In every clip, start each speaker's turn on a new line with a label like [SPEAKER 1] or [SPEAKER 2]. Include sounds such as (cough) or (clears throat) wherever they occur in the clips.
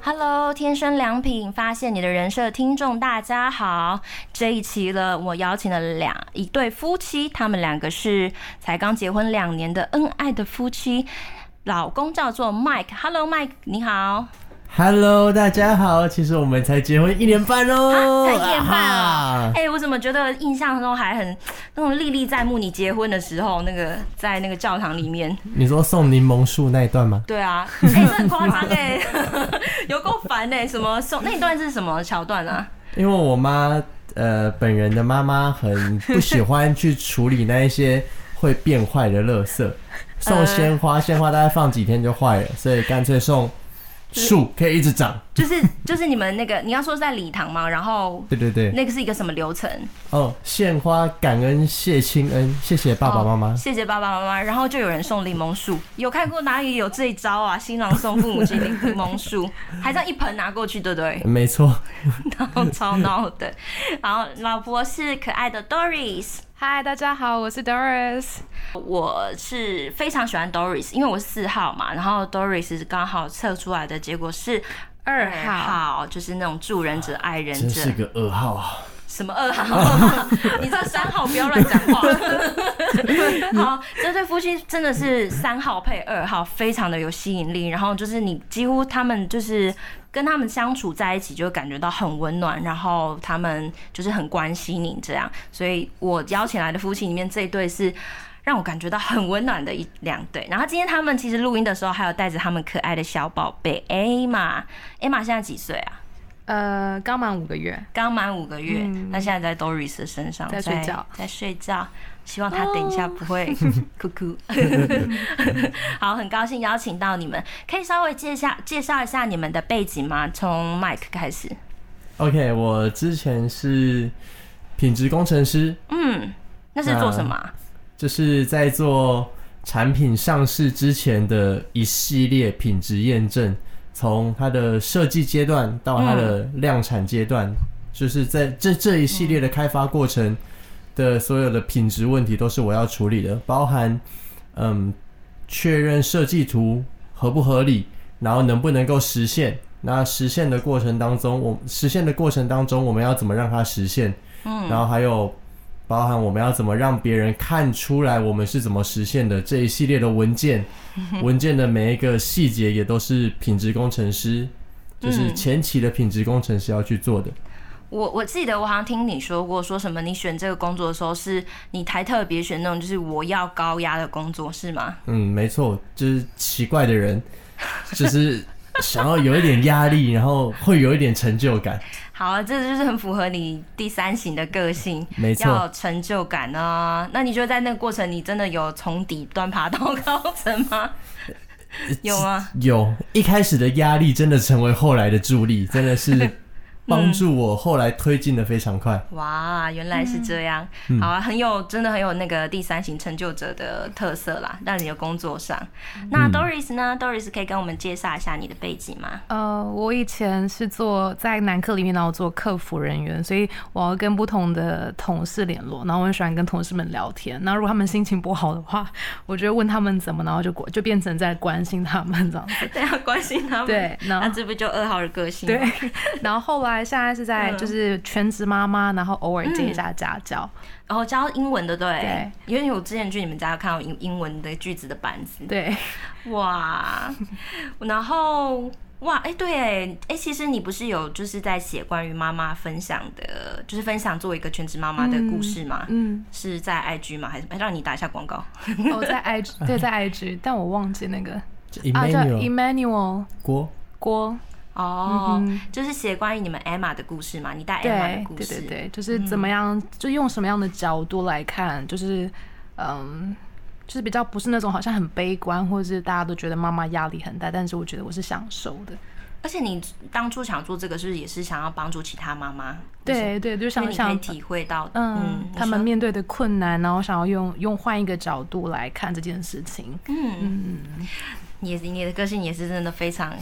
[SPEAKER 1] Hello，天生良品，发现你的人设，听众大家好。这一期呢，我邀请了两一对夫妻，他们两个是才刚结婚两年的恩爱的夫妻，老公叫做 Mike。Hello，Mike，你好。啊
[SPEAKER 2] Hello，大家好。其实我们才结婚一年半哦，
[SPEAKER 1] 啊，才一年半啊！
[SPEAKER 2] 啊哈
[SPEAKER 1] 哎、我怎么觉得印象中还很那种历历在目？你结婚的时候，那个在那个教堂里面，
[SPEAKER 2] 你说送柠檬树那一段吗？
[SPEAKER 1] 对啊，哎、这很夸张哎， (laughs) 有够烦哎！什么送那一段是什么桥段啊？
[SPEAKER 2] 因为我妈呃本人的妈妈很不喜欢去处理那一些会变坏的垃
[SPEAKER 1] (laughs)
[SPEAKER 2] 圾，送鲜花，鲜花大概放几天就坏了，所以干脆送树，可以一直长。
[SPEAKER 1] 就是就是你们那个你要说是在礼堂嘛，然后
[SPEAKER 2] 对对对，
[SPEAKER 1] 那个是一个什么流程？
[SPEAKER 2] 哦，献花感恩谢亲恩，谢谢爸爸妈妈
[SPEAKER 1] 哦。谢谢爸爸妈妈。然后就有人送柠檬树，有看过哪里有这一招啊？新郎送父母亲柠檬树， (laughs) 还这样一盆拿过去，对不对？ (laughs)
[SPEAKER 2] 没错，
[SPEAKER 1] 然后超闹的。然后老婆是可爱的 Doris，
[SPEAKER 3] 嗨，大家好，我是 Doris。
[SPEAKER 1] 我是非常喜欢 Doris，因为我是四号嘛，然后 Doris 是刚好测出来的结果是。二号就是那种助人者、爱人
[SPEAKER 2] 真
[SPEAKER 1] 者，
[SPEAKER 2] 是个噩耗啊！
[SPEAKER 1] 什么二号？你这三号不要乱讲话。好，这对夫妻真的是三号配二号，非常的有吸引力。然后就是你几乎他们就是跟他们相处在一起，就会感觉到很温暖，然后他们就是很关心你这样。所以我邀请来的夫妻里面这一对是。让我感觉到很温暖的一两对，然后今天他们其实录音的时候还有带着他们可爱的小宝贝 Emma，Emma 现在几岁啊？
[SPEAKER 3] 呃，刚满五个月，
[SPEAKER 1] 刚满五个月，那、现在在 Doris 的身上
[SPEAKER 3] 嗯在睡觉哦
[SPEAKER 1] 在睡觉。希望他等一下不会哭哭。 (laughs) 好，很高兴邀请到你们，可以稍微介绍介绍一下你们的背景吗？从 Mike 开始。
[SPEAKER 2] OK，我之前是品质工程师，
[SPEAKER 1] 嗯，那是做什么啊？
[SPEAKER 2] 就是在做产品上市之前的一系列品质验证，从它的设计阶段到它的量产阶段，就是在这这一系列的开发过程的所有的品质问题都是我要处理的，包含嗯确认设计图合不合理，然后能不能够实现。那实现的过程当中，我实现的过程当中，我们要怎么让它实现？嗯，然后还有包含我们要怎么让别人看出来我们是怎么实现的这一系列的文件，文件的每一个细节也都是品质工程师，就是前期的品质工程师要去做的。
[SPEAKER 1] 我我记得我好像听你说过，说什么你选这个工作的时候，是你还特别选那种就是我要高压的工作，是吗？
[SPEAKER 2] 嗯，没错，就是奇怪的人，就是想要有一点压力，然后会有一点成就感。
[SPEAKER 1] 好，啊这就是很符合你第三型的个性，
[SPEAKER 2] 没错
[SPEAKER 1] 要有成就感啊。那你觉得在那个过程，你真的有从底端爬到高层
[SPEAKER 2] (laughs)
[SPEAKER 1] 吗？有吗？
[SPEAKER 2] 有一开始的压力，真的成为后来的助力，真的是帮助我后来推进的非常快。
[SPEAKER 1] 哇，原来是这样，
[SPEAKER 2] 嗯
[SPEAKER 1] 好啊，很有，真的很有那个第三型成就者的特色啦，在你的工作上。
[SPEAKER 2] 嗯
[SPEAKER 1] 那 Doris 呢？Doris 可以跟我们介绍一下你的背景吗？ (laughs)
[SPEAKER 3] 呃，我以前是做在南科里面，然后做客服人员，所以我要跟不同的同事联络，然后我很喜欢跟同事们聊天。那如果他们心情不好的话， (laughs) 我就会问他们怎么，然后就过就变成在关心他们这样子。
[SPEAKER 1] 对啊，关心他们。
[SPEAKER 3] 对然
[SPEAKER 1] 那
[SPEAKER 3] 后
[SPEAKER 1] 这不就二号的个性吗？
[SPEAKER 3] 对， (laughs) 然后后来现在是在
[SPEAKER 1] 嗯
[SPEAKER 3] 就是全职妈妈，然后偶尔接一下家教。
[SPEAKER 1] 然后哦教英文的，对，
[SPEAKER 3] 对
[SPEAKER 1] 因为我之前去你们家有看到英英文的句子的板子，
[SPEAKER 3] 对，
[SPEAKER 1] 哇，然后哇，哎、对，哎、哎，其实你不是有就是在写关于妈妈分享的，就是分享作为一个全职妈妈的故事吗？
[SPEAKER 3] 嗯，
[SPEAKER 1] 是在 IG 吗？还是哎让你打一下广告？
[SPEAKER 3] 我、哦在 IG 对在 IG，但我忘记那个啊叫
[SPEAKER 2] Emmanuel
[SPEAKER 3] Emmanuel
[SPEAKER 2] 郭，
[SPEAKER 3] 郭。
[SPEAKER 1] 哦，
[SPEAKER 3] 嗯
[SPEAKER 1] 就是写关于你们 Emma 的故事嘛，你带 Emma 的
[SPEAKER 3] 对
[SPEAKER 1] 故
[SPEAKER 3] 对
[SPEAKER 1] 事，嗯
[SPEAKER 3] 对对，就是怎么样，就用什么样的角度来看，就是嗯，就是比较不是那种好像很悲观，或者是大家都觉得妈妈压力很大，但是我觉得我是享受的。
[SPEAKER 1] 而且你当初想做这个，是不是也是想要帮助其他妈妈？
[SPEAKER 3] 对对，就
[SPEAKER 1] 就是，因为
[SPEAKER 3] 想
[SPEAKER 1] 你可以
[SPEAKER 3] 想。
[SPEAKER 1] 体会到，
[SPEAKER 3] 嗯，
[SPEAKER 1] 你
[SPEAKER 3] 他们
[SPEAKER 1] 说
[SPEAKER 3] 面对的困难，然后想要用用换一个角度来看这件事情。
[SPEAKER 1] 嗯，你也是你的个性也是真的非常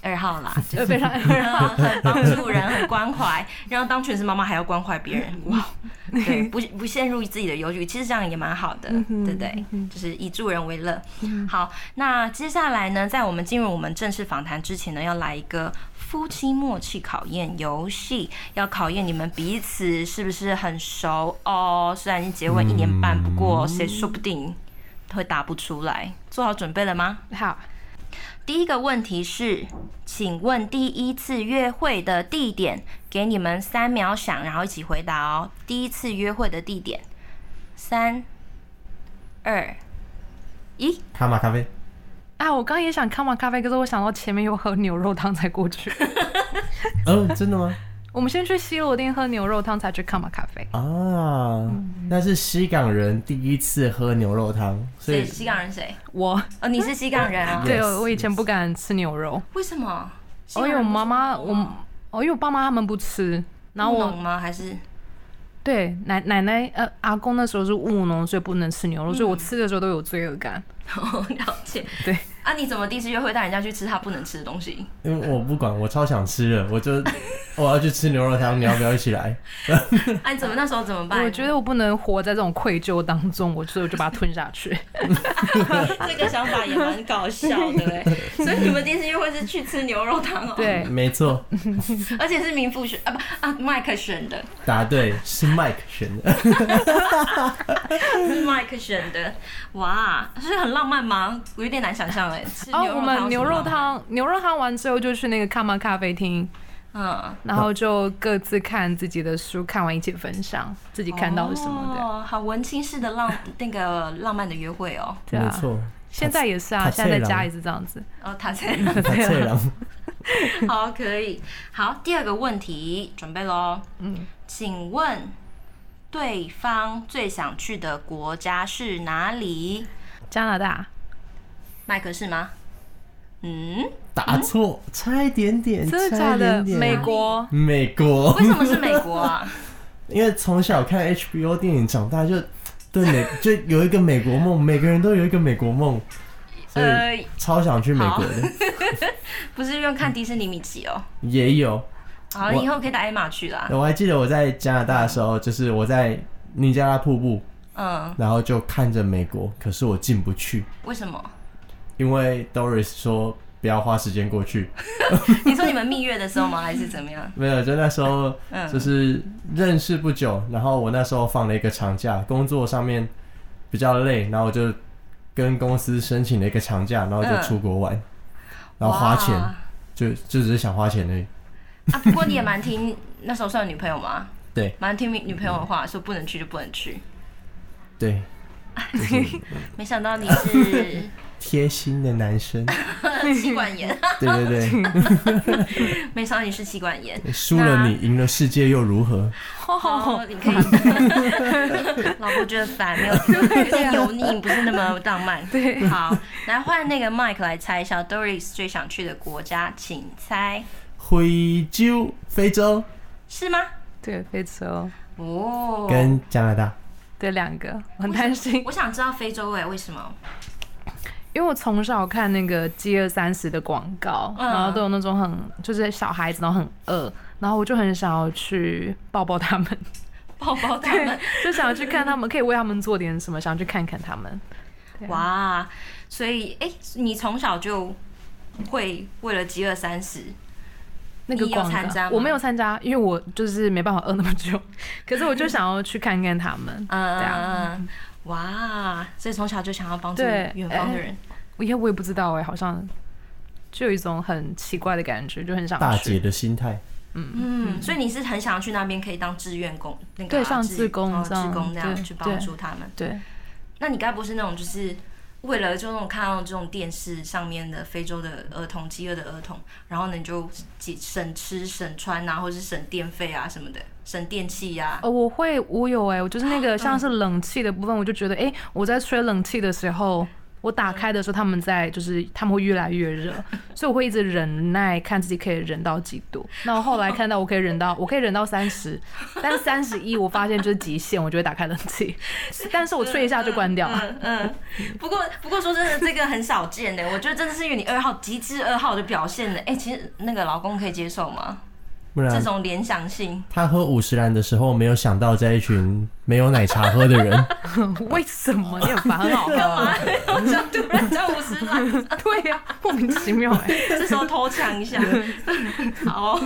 [SPEAKER 1] 二号啦，
[SPEAKER 3] 就非常
[SPEAKER 1] 二号很帮助人，很关怀，然后当全职妈妈还要关怀别人，哇，对，不不陷入自己的忧郁，其实这样也蛮好的，对不对？就是以助人为乐。好，那接下来呢，在我们进入我们正式访谈之前呢，要来一个。夫妻默契考验游戏要考验你们彼此是不是很熟哦。虽然已经结婚一年半，不过谁说不定会答不出来。做好准备了吗？
[SPEAKER 3] 好，
[SPEAKER 1] 第一个问题是，请问第一次约会的地点，给你们三秒想，然后一起回答哦。第一次约会的地点，三、二、一。
[SPEAKER 2] 卡玛咖啡，
[SPEAKER 3] 啊，我刚刚也想看完咖啡，可是我想到前面有喝牛肉汤才过去。 (laughs)
[SPEAKER 2] 嗯，真的吗？
[SPEAKER 3] 我们先去西罗店喝牛肉汤，才去看嘛咖啡。
[SPEAKER 2] 啊，
[SPEAKER 3] 嗯
[SPEAKER 2] 那是西港人第一次喝牛肉汤，所
[SPEAKER 1] 谁？
[SPEAKER 2] 以
[SPEAKER 1] 西港人谁？
[SPEAKER 3] 我
[SPEAKER 1] 哦，你是西港人啊？
[SPEAKER 3] 对
[SPEAKER 2] Yes,
[SPEAKER 3] 我以前不敢吃牛肉，
[SPEAKER 1] 为什么？
[SPEAKER 3] 哦，因为我妈妈，我哦，因为我爸妈他们不吃，然后
[SPEAKER 1] 务
[SPEAKER 3] 我
[SPEAKER 1] 农吗？还是 (laughs)
[SPEAKER 3] 对奶奶奶呃阿公那时候是务农，所以不能吃牛
[SPEAKER 1] 嗯
[SPEAKER 3] 肉，所以我吃的时候都有罪恶感。
[SPEAKER 1] 哦，了解。
[SPEAKER 3] 对，
[SPEAKER 1] 啊，你怎么第一次约会带人家去吃他不能吃的东西？
[SPEAKER 2] 因为我不管，我超想吃的，
[SPEAKER 3] (laughs)
[SPEAKER 2] 我就我要去吃牛肉汤，你要不要一起来？
[SPEAKER 1] 啊，你怎么那时候怎么办？(laughs)
[SPEAKER 3] 我觉得我不能活在这种愧疚当中，我所以我就把它吞下去。
[SPEAKER 1] 这个想法也蛮搞笑的哎。 (laughs) 所以你们第一次约会是去吃牛肉汤哦？，
[SPEAKER 3] 对，
[SPEAKER 2] 没错，
[SPEAKER 1] 而且是名副选啊不啊，Mike 选的，
[SPEAKER 2] 答对，是 Mike 选的。
[SPEAKER 1] 是 Mike 选的，哇，是很浪漫吗？我有点难想象哎。吃
[SPEAKER 3] 哦，
[SPEAKER 1] 牛肉汤
[SPEAKER 3] 我们牛
[SPEAKER 1] 是
[SPEAKER 3] 肉
[SPEAKER 1] 吗，
[SPEAKER 3] 汤牛肉汤完之后就去那个看嘛咖啡厅，
[SPEAKER 1] 嗯，
[SPEAKER 3] 然后就各自看自己的书，看完一起分享自己看到了什么的。
[SPEAKER 1] 哦，好文青式的浪那个浪漫的约会哦。
[SPEAKER 3] 对
[SPEAKER 2] 没
[SPEAKER 3] 啊，
[SPEAKER 2] 错，
[SPEAKER 3] 现在也是啊，
[SPEAKER 2] 塔
[SPEAKER 3] 现在在
[SPEAKER 2] 塔翠
[SPEAKER 3] 家
[SPEAKER 2] 郎
[SPEAKER 3] 也是这样子。
[SPEAKER 1] 哦，他才
[SPEAKER 2] 他脆狼，
[SPEAKER 3] (laughs)
[SPEAKER 1] 好，可以。好，第二个问题，准备喽。
[SPEAKER 3] 嗯，
[SPEAKER 1] 请问对方最想去的国家是哪里？
[SPEAKER 3] 加拿大，
[SPEAKER 1] 麦克是吗？嗯，
[SPEAKER 2] 答错，差一点点，啊
[SPEAKER 3] 真的
[SPEAKER 2] 差
[SPEAKER 3] 假
[SPEAKER 2] 一
[SPEAKER 3] 的？
[SPEAKER 2] 点点
[SPEAKER 3] 美国，
[SPEAKER 2] 美国
[SPEAKER 1] 为，什么是美国啊？
[SPEAKER 3] (laughs)
[SPEAKER 2] 因为从小看 HBO 电影长大，就对
[SPEAKER 3] (laughs)
[SPEAKER 2] 美就有一个美国梦，每个人都有一个美国梦，所以
[SPEAKER 1] 呃，
[SPEAKER 2] 超想去美国的，
[SPEAKER 1] 不是用看迪士尼米奇哦。
[SPEAKER 2] 也有。
[SPEAKER 1] 好，
[SPEAKER 2] 我
[SPEAKER 1] 以后可以带艾玛去啦。
[SPEAKER 2] 我还记得我在加拿大的时候，就是我在尼加拉瀑布，
[SPEAKER 1] 嗯，
[SPEAKER 2] 然后就看着美国，可是我进不去，
[SPEAKER 1] 为什么？
[SPEAKER 2] 因为 Doris 说不要花时间过去。
[SPEAKER 1] (laughs) 你说你们蜜月的时候吗？还是怎么样？
[SPEAKER 2] 没有，就那时候
[SPEAKER 1] (laughs) 嗯
[SPEAKER 2] 就是认识不久，然后我那时候放了一个长假，工作上面比较累，然后我就跟公司申请了一个长假，然后就出国玩，然后花钱，
[SPEAKER 1] 嗯哇
[SPEAKER 2] 就就只是想花钱而已。
[SPEAKER 1] 啊，不过你也蛮听那时候算女朋友吗？
[SPEAKER 2] 对
[SPEAKER 1] 蛮听女朋友的话，说不能去就不能去。
[SPEAKER 2] 对，
[SPEAKER 1] 没想到你 (laughs) 是
[SPEAKER 2] 贴心的
[SPEAKER 1] (laughs)
[SPEAKER 2] 男生，
[SPEAKER 1] 妻管严，
[SPEAKER 2] 对对
[SPEAKER 1] 没想到你是妻管严。
[SPEAKER 2] 对，输了你赢了世界又如何？
[SPEAKER 1] 哦，你 (laughs) 可以，老婆觉得烦，没有，是油腻，不是那么浪漫。
[SPEAKER 3] 对
[SPEAKER 1] 好，来换那个 Mike 来猜一下 Doris 最想去的国家，请猜
[SPEAKER 2] 非洲、非洲
[SPEAKER 1] 是吗？
[SPEAKER 3] 对，非洲，
[SPEAKER 1] 哦，
[SPEAKER 2] 跟加拿大，
[SPEAKER 3] 对，两个，我很担心，
[SPEAKER 1] 我想知道非洲哎、为什 (laughs) 么？
[SPEAKER 3] 因为我从小看那个饥饿三十的广告，
[SPEAKER 1] 嗯
[SPEAKER 3] 然后都有那种很就是小孩子，然后很饿，然后我就很想要去抱抱他们， (laughs)
[SPEAKER 1] 抱抱他们，
[SPEAKER 3] 就想要去看他们，可以为他们做点什么，想要去看看他们。
[SPEAKER 1] 哇！所以哎、你从小就会为了饥饿三十，
[SPEAKER 3] 那个
[SPEAKER 1] 你有
[SPEAKER 3] 广
[SPEAKER 1] 参加
[SPEAKER 3] 告
[SPEAKER 1] 吗
[SPEAKER 3] 我没有参加，因为我就是没办法饿那么久，可是我就想要去看看他们。对啊，
[SPEAKER 1] 嗯，哇！所以从小就想要帮助
[SPEAKER 3] 对
[SPEAKER 1] 远方的人。
[SPEAKER 3] 我也我也不知道哎、好像就有一种很奇怪的感觉，就很想
[SPEAKER 2] 大
[SPEAKER 3] 去
[SPEAKER 2] 姐的心态，
[SPEAKER 1] 嗯，所以你是很想要去那边可以当志愿工，那个啊、
[SPEAKER 3] 对像
[SPEAKER 1] 志
[SPEAKER 3] 志工
[SPEAKER 1] 哦
[SPEAKER 3] 这样
[SPEAKER 1] 志工那样
[SPEAKER 3] 对
[SPEAKER 1] 去帮助他们。
[SPEAKER 3] 对，
[SPEAKER 1] 那你该不是那种就是为了就那种看到这种电视上面的非洲的儿童饥饿的儿童，然后呢你就省省吃省穿啊，或是省电费啊什么的，省电器啊。
[SPEAKER 3] 哦，我会，我有哎、我就是那个像是冷气的部分，我就觉得，哎、我在吹冷气的时候，我打开的时候，他们在就是他们会越来越热，所以我会一直忍耐，看自己可以忍到几度。那我后来看到我可以忍到，我可以忍到三十，但是三十一我发现就是极限，我就会打开冷气，但是我吹一下就关掉。
[SPEAKER 1] 嗯嗯，不过不过说真的，这个很少见的， (laughs) 我觉得真的是因为你二号极致二号的表现呢。哎、其实那个老公可以接受吗？
[SPEAKER 2] 不
[SPEAKER 1] 这
[SPEAKER 2] 然
[SPEAKER 1] 种联想性，
[SPEAKER 2] 他喝五十兰的时候，没有想到在一群没有奶茶喝的人。
[SPEAKER 3] (laughs)
[SPEAKER 2] (laughs)
[SPEAKER 3] 为什么？你很烦很好喝。
[SPEAKER 1] 干嘛？我想突然叫五十万，
[SPEAKER 3] 对呀、莫名其妙哎、
[SPEAKER 1] (laughs) 这时候偷抢一下。好 (laughs) 哦，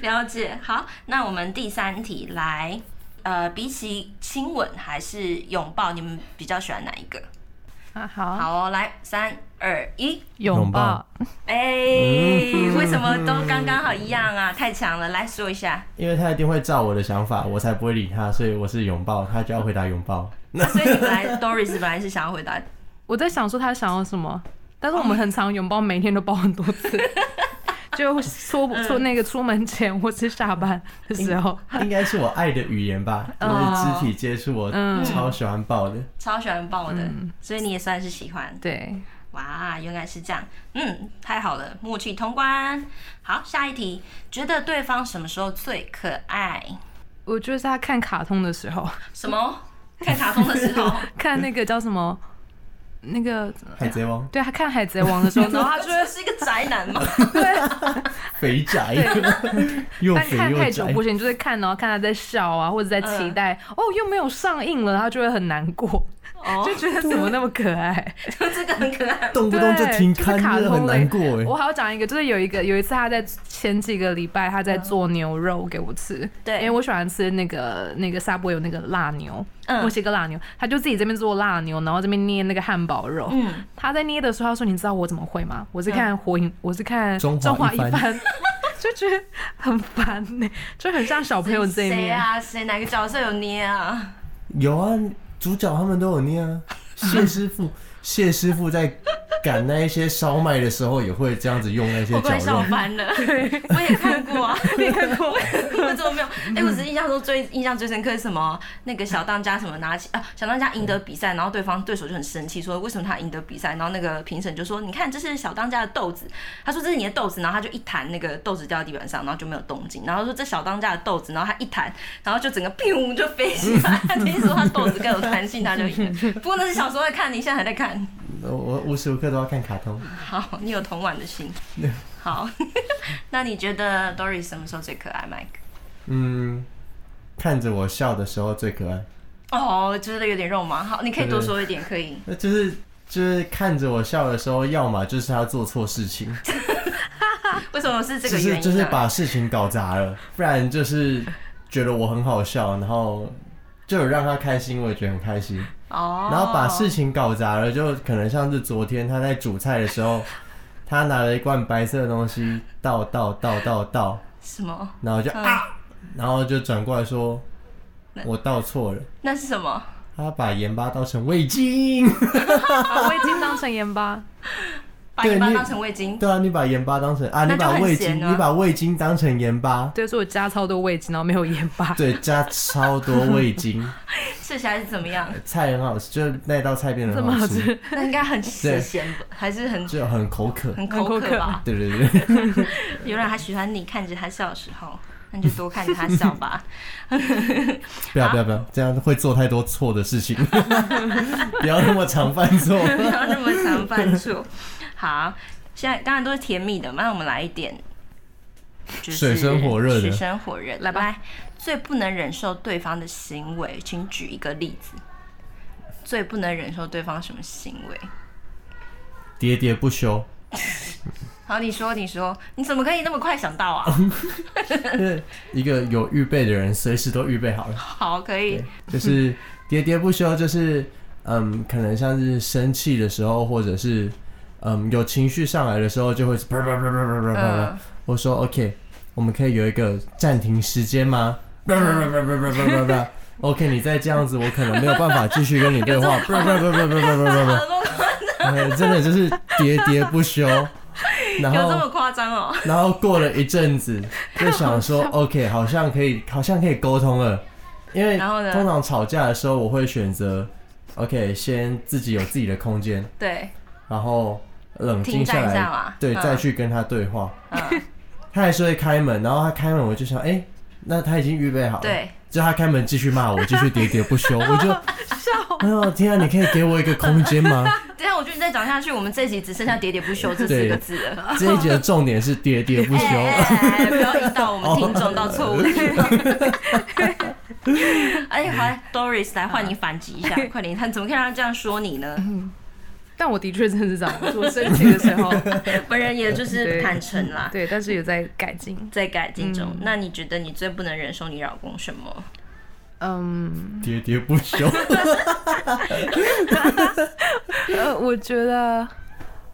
[SPEAKER 1] 了解。好，那我们第三题来，呃，比起亲吻还是拥抱，你们比较喜欢哪一个？
[SPEAKER 3] 啊，好，
[SPEAKER 1] 好哦，来，三二一，
[SPEAKER 3] 拥
[SPEAKER 2] 拥
[SPEAKER 3] 抱
[SPEAKER 2] 抱。
[SPEAKER 1] 哎、
[SPEAKER 2] 嗯
[SPEAKER 1] 为什么都刚刚好一样啊？太强了，来说一下。
[SPEAKER 2] 因为他一定会照我的想法，我才不会理他，所以我是拥抱，他就要回答拥
[SPEAKER 3] (laughs)
[SPEAKER 2] 抱。
[SPEAKER 1] 啊所以你本来 Doris 本来是想要回答，
[SPEAKER 3] 我在想说他想要什么，但是我们很常拥抱，每天都抱很多次。就说说那个出门前或是下班的时候，
[SPEAKER 2] 应该是我爱的语言
[SPEAKER 3] (laughs)
[SPEAKER 2] 吧，就
[SPEAKER 3] 哦
[SPEAKER 2] 是肢体接触，我
[SPEAKER 3] 嗯
[SPEAKER 2] 超喜欢抱的。
[SPEAKER 1] 超喜欢抱的，所以你也算是喜欢。
[SPEAKER 3] 对，
[SPEAKER 1] 哇，原来是这样，嗯，太好了，默契通关。好，下一题，觉得对方什么时候最可爱？
[SPEAKER 3] 我觉得是他看卡通的时候， (laughs)
[SPEAKER 1] 什么？看卡通的时候，
[SPEAKER 3] 看那个叫什么，那个
[SPEAKER 2] 海贼王
[SPEAKER 3] 对他看海贼王的时候，然后他
[SPEAKER 1] 他觉得是一个宅男吗？
[SPEAKER 2] 肥宅， (laughs) 又
[SPEAKER 3] 但
[SPEAKER 2] 肥
[SPEAKER 3] 看太
[SPEAKER 2] 又
[SPEAKER 3] 久
[SPEAKER 2] 宅
[SPEAKER 3] 不。行，就是看然后看他在笑啊，或者在期待、哦又没有上映了，他就会很难过，
[SPEAKER 1] 哦
[SPEAKER 3] (laughs) 就，觉得怎么那么可爱。
[SPEAKER 1] 这个很可爱。
[SPEAKER 2] 动不动就停刊，
[SPEAKER 3] 对就是卡
[SPEAKER 2] 真的很
[SPEAKER 3] 通类
[SPEAKER 2] 难过哎
[SPEAKER 3] 我。还要讲一个，就是有一个有一次他在前几个礼拜他在做牛肉给我吃，
[SPEAKER 1] 对
[SPEAKER 3] 因为我喜欢吃那个那个沙波有那个辣牛，
[SPEAKER 1] 嗯
[SPEAKER 3] 墨西哥辣牛，他就自己这边做辣牛，然后这边捏那个汉堡肉。
[SPEAKER 1] 嗯，
[SPEAKER 3] 他在捏的时候，他说：“你知道我怎么会吗？我是看火影，我是看
[SPEAKER 2] 中华
[SPEAKER 3] 华
[SPEAKER 2] 一
[SPEAKER 3] 一
[SPEAKER 2] 番
[SPEAKER 3] 番。” (laughs) 就觉得很烦呢、就很像小朋友这一
[SPEAKER 1] 谁
[SPEAKER 3] 面。
[SPEAKER 1] 啊？谁哪个角色有捏啊？
[SPEAKER 2] 有啊，主角他们都有
[SPEAKER 1] (laughs)
[SPEAKER 2] 捏啊。谢师傅，谢师傅在擀那一些烧麦的时候，也会这样子用那些
[SPEAKER 1] 我
[SPEAKER 2] 绞
[SPEAKER 1] 快笑
[SPEAKER 2] 肉。
[SPEAKER 1] 翻
[SPEAKER 3] (laughs)
[SPEAKER 1] 了，我也看过啊，
[SPEAKER 3] 你看过？ (laughs)
[SPEAKER 1] 我怎么没有？哎、我只是印象中最印象最深刻是什么？那个小当家什么拿起啊，小当家赢得比赛，然后对方对手就很生气，说为什么他赢得比赛？然后那个评审就说：“你看，这是小当家的豆子。”他说：“这是你的豆子。”然后他就一弹，那个豆子掉到地板上，然后就没有动静。然后说：“这小当家的豆子。”然后他一弹，然后就整个砰就飞起来。他听说他豆子更有弹性，他就赢了。不过那是小时候在看，你现在还在看。
[SPEAKER 2] 我我无时无刻都要看卡通。
[SPEAKER 1] 好，你有同玩的心。好，那你觉得 Doris 什么时候最可爱，Mike？
[SPEAKER 2] 嗯，看着我笑的时候最可爱。
[SPEAKER 1] 哦，觉得有点肉麻。好，你可以多说一点，可以。
[SPEAKER 2] 那呃就是就是看着我笑的时候，要么就是他做错事情，
[SPEAKER 1] 为什么是这
[SPEAKER 2] 就
[SPEAKER 1] 个原
[SPEAKER 2] 是
[SPEAKER 1] 因呢？啊
[SPEAKER 2] 就是把事情搞砸了，不然就是觉得我很好笑，然后就有让他开心，我也觉得很开心。
[SPEAKER 1] 哦，
[SPEAKER 2] 然后把事情搞砸了，就可能像是昨天他在煮菜的时
[SPEAKER 1] (laughs)
[SPEAKER 2] 候，他拿了一罐白色的东西倒倒倒倒倒，
[SPEAKER 1] 什么？
[SPEAKER 2] 然后就啊，然后就转过来说，我倒错了，
[SPEAKER 1] 那是什么？
[SPEAKER 2] 他把盐巴倒成味
[SPEAKER 1] (laughs)
[SPEAKER 2] 精。
[SPEAKER 3] 把味精当成盐巴，
[SPEAKER 1] 把
[SPEAKER 2] 对
[SPEAKER 1] 盐巴
[SPEAKER 2] 你
[SPEAKER 1] 当成味精？
[SPEAKER 2] 对啊，你把盐巴当成啊，
[SPEAKER 1] 那
[SPEAKER 2] 你
[SPEAKER 1] 就
[SPEAKER 2] 把
[SPEAKER 1] 很
[SPEAKER 2] 味
[SPEAKER 1] 咸
[SPEAKER 2] 精，
[SPEAKER 1] 啊
[SPEAKER 2] 你把味精当成盐巴，
[SPEAKER 3] 对，所以我加超多味精，然后没有盐
[SPEAKER 2] (laughs)
[SPEAKER 3] 巴。
[SPEAKER 2] 对，加超多味精， (laughs)
[SPEAKER 1] 吃起来是怎么样？
[SPEAKER 2] 菜很好吃，就是那道菜变得
[SPEAKER 3] 这么
[SPEAKER 2] 很
[SPEAKER 1] (laughs)
[SPEAKER 3] 好
[SPEAKER 2] 好吃，
[SPEAKER 3] 吃，
[SPEAKER 1] 那应该很
[SPEAKER 2] 对
[SPEAKER 1] 咸吧，还是很
[SPEAKER 2] 就很口渴。
[SPEAKER 1] 很口
[SPEAKER 3] 很口渴
[SPEAKER 1] 渴吧？
[SPEAKER 2] 对对对，
[SPEAKER 1] 有人还喜欢你看着他笑的时候，那你就多看着他笑吧。 (laughs)
[SPEAKER 2] 不要不要不要，这样会做太多错的事情，不要那么常犯错。
[SPEAKER 1] (laughs) 不要那么常犯错。好，现在当然都是甜蜜的，那我们来一点，就是
[SPEAKER 2] 水深火热的
[SPEAKER 1] 水深火热的，
[SPEAKER 3] 来吧
[SPEAKER 1] 最不能忍受对方的行为，请举一个例子。最不能忍受对方什么行为？
[SPEAKER 2] 喋喋不休，
[SPEAKER 1] 好，你说，你说，你怎么可以那么快想到
[SPEAKER 2] (laughs)
[SPEAKER 1] 啊？
[SPEAKER 2] 因为一个有预备的人，随时都预备好了。
[SPEAKER 1] 好，可以
[SPEAKER 2] 对，就是喋喋不休，就是嗯，可能像是生气的时候，或者是嗯有情绪上来的时候，就会啪啪啪啪啪啪啪啪
[SPEAKER 1] 嗯。
[SPEAKER 2] 我说 OK，我们可以有一个暂停时间吗？啪啪啪啪啪啪啪啪啪。OK，你再这样子，我可能没有办法继续跟你对话。 (laughs) 啪啪啪啪啪啪啪啪啪，哎真的就是喋喋不休。然
[SPEAKER 1] 有这
[SPEAKER 2] 后
[SPEAKER 1] 么夸张哦？
[SPEAKER 2] 然后过了一阵子，就想说 OK，好像可以，好像可以沟通了。因为
[SPEAKER 1] 然后呢
[SPEAKER 2] 通常吵架的时候，我会选择 OK，先自己有自己的空间，
[SPEAKER 1] 对，
[SPEAKER 2] 然后冷静
[SPEAKER 1] 停
[SPEAKER 2] 下
[SPEAKER 1] 战一
[SPEAKER 2] 来，
[SPEAKER 1] 下嘛，
[SPEAKER 2] 对，
[SPEAKER 1] 嗯
[SPEAKER 2] 再去跟他对话。
[SPEAKER 1] 嗯，
[SPEAKER 2] (laughs) 他还是会开门，然后他开门，我就想，哎、那他已经预备好了。，
[SPEAKER 1] 对，
[SPEAKER 2] 就他开门继续骂我，继续喋喋不
[SPEAKER 1] (laughs)
[SPEAKER 2] 休，我就，
[SPEAKER 3] 笑，
[SPEAKER 2] 哎呦天啊，你可以给我一个空间吗？
[SPEAKER 1] 等一下我觉得你再讲下去，我们这集只剩下喋喋不休这四
[SPEAKER 2] 对
[SPEAKER 1] 个字了。
[SPEAKER 2] (laughs) 这一集的重点是喋喋不
[SPEAKER 1] (laughs)
[SPEAKER 2] 休。
[SPEAKER 1] 哎哎哎不
[SPEAKER 3] (laughs)
[SPEAKER 1] 要引导我们听众到错误的地方。
[SPEAKER 3] 哦
[SPEAKER 1] (laughs) 哎，来 Doris 来换你反击
[SPEAKER 3] (laughs)
[SPEAKER 1] 一下，快点！他怎么可以让他这样说你呢？
[SPEAKER 3] 但我的确真的是这样，我生气的时 (laughs) 候，
[SPEAKER 1] 本人也就是
[SPEAKER 3] 对
[SPEAKER 1] 坦诚啦，
[SPEAKER 3] 对，嗯但是有在改进。
[SPEAKER 1] 在改进中。那你觉得你最不能忍受你老公什么？
[SPEAKER 3] 嗯，
[SPEAKER 2] 喋喋不
[SPEAKER 1] (laughs)
[SPEAKER 2] 休，
[SPEAKER 3] 呃，我觉得，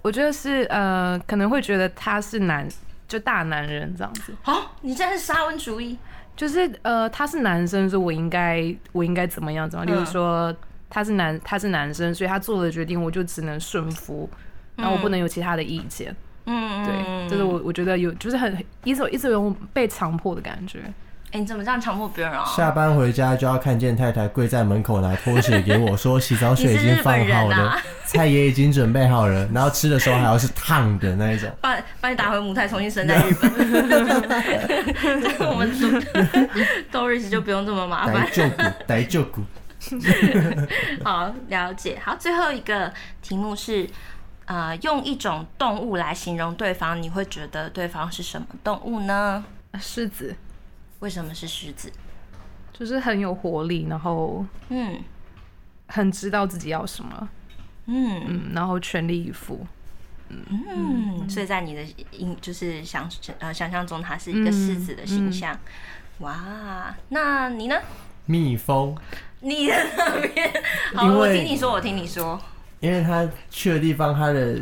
[SPEAKER 3] 我觉得是呃，可能会觉得他是男，就大男人这样子，
[SPEAKER 1] 哦，你这是沙文主义，
[SPEAKER 3] 就是呃，他是男生，所以我应该我应该怎么样怎么样？例如
[SPEAKER 1] 嗯
[SPEAKER 3] 说他是男他是男生，所以他做的决定我就只能顺服，然后我不能有其他的意见。
[SPEAKER 1] 嗯，
[SPEAKER 3] 对，
[SPEAKER 1] 嗯
[SPEAKER 3] 就是。我我觉得有就是很一直有一直有被强迫的感觉。
[SPEAKER 1] 哎，你怎么这样强迫别人啊？
[SPEAKER 2] 下班回家就要看见太太跪在门口拿拖鞋给我，说洗澡水
[SPEAKER 1] 你
[SPEAKER 2] 已
[SPEAKER 1] 是
[SPEAKER 2] 经
[SPEAKER 1] 日
[SPEAKER 2] 放
[SPEAKER 1] 本人
[SPEAKER 2] 好了
[SPEAKER 1] 啊，
[SPEAKER 2] 菜也已经准备好了，然后吃的时候还要是烫的那
[SPEAKER 1] (laughs)
[SPEAKER 2] 一种。
[SPEAKER 1] 把把你打回母胎，重新生在日本。 (laughs) 我们 (laughs) Doris 就不用这么麻烦
[SPEAKER 2] 逮。就骨，逮就骨。
[SPEAKER 1] 好，了解。好，最后一个题目是，呃，用一种动物来形容对方，你会觉得对方是什么动物呢？
[SPEAKER 3] 狮子
[SPEAKER 1] 为什么是狮子？
[SPEAKER 3] 就是很有活力，然后
[SPEAKER 1] 嗯
[SPEAKER 3] 很知道自己要什么，
[SPEAKER 1] 嗯
[SPEAKER 3] 嗯，然后全力以赴。
[SPEAKER 1] 嗯，所以在你的印就是想呃想象中，它是一个狮子的形象。
[SPEAKER 2] 嗯
[SPEAKER 1] 哇，那你呢？
[SPEAKER 2] 蜜蜂，
[SPEAKER 1] 你的那边，好，
[SPEAKER 2] 因
[SPEAKER 1] 我
[SPEAKER 2] 为
[SPEAKER 1] 听你说，我听你说，
[SPEAKER 2] 因为它去的地方，它的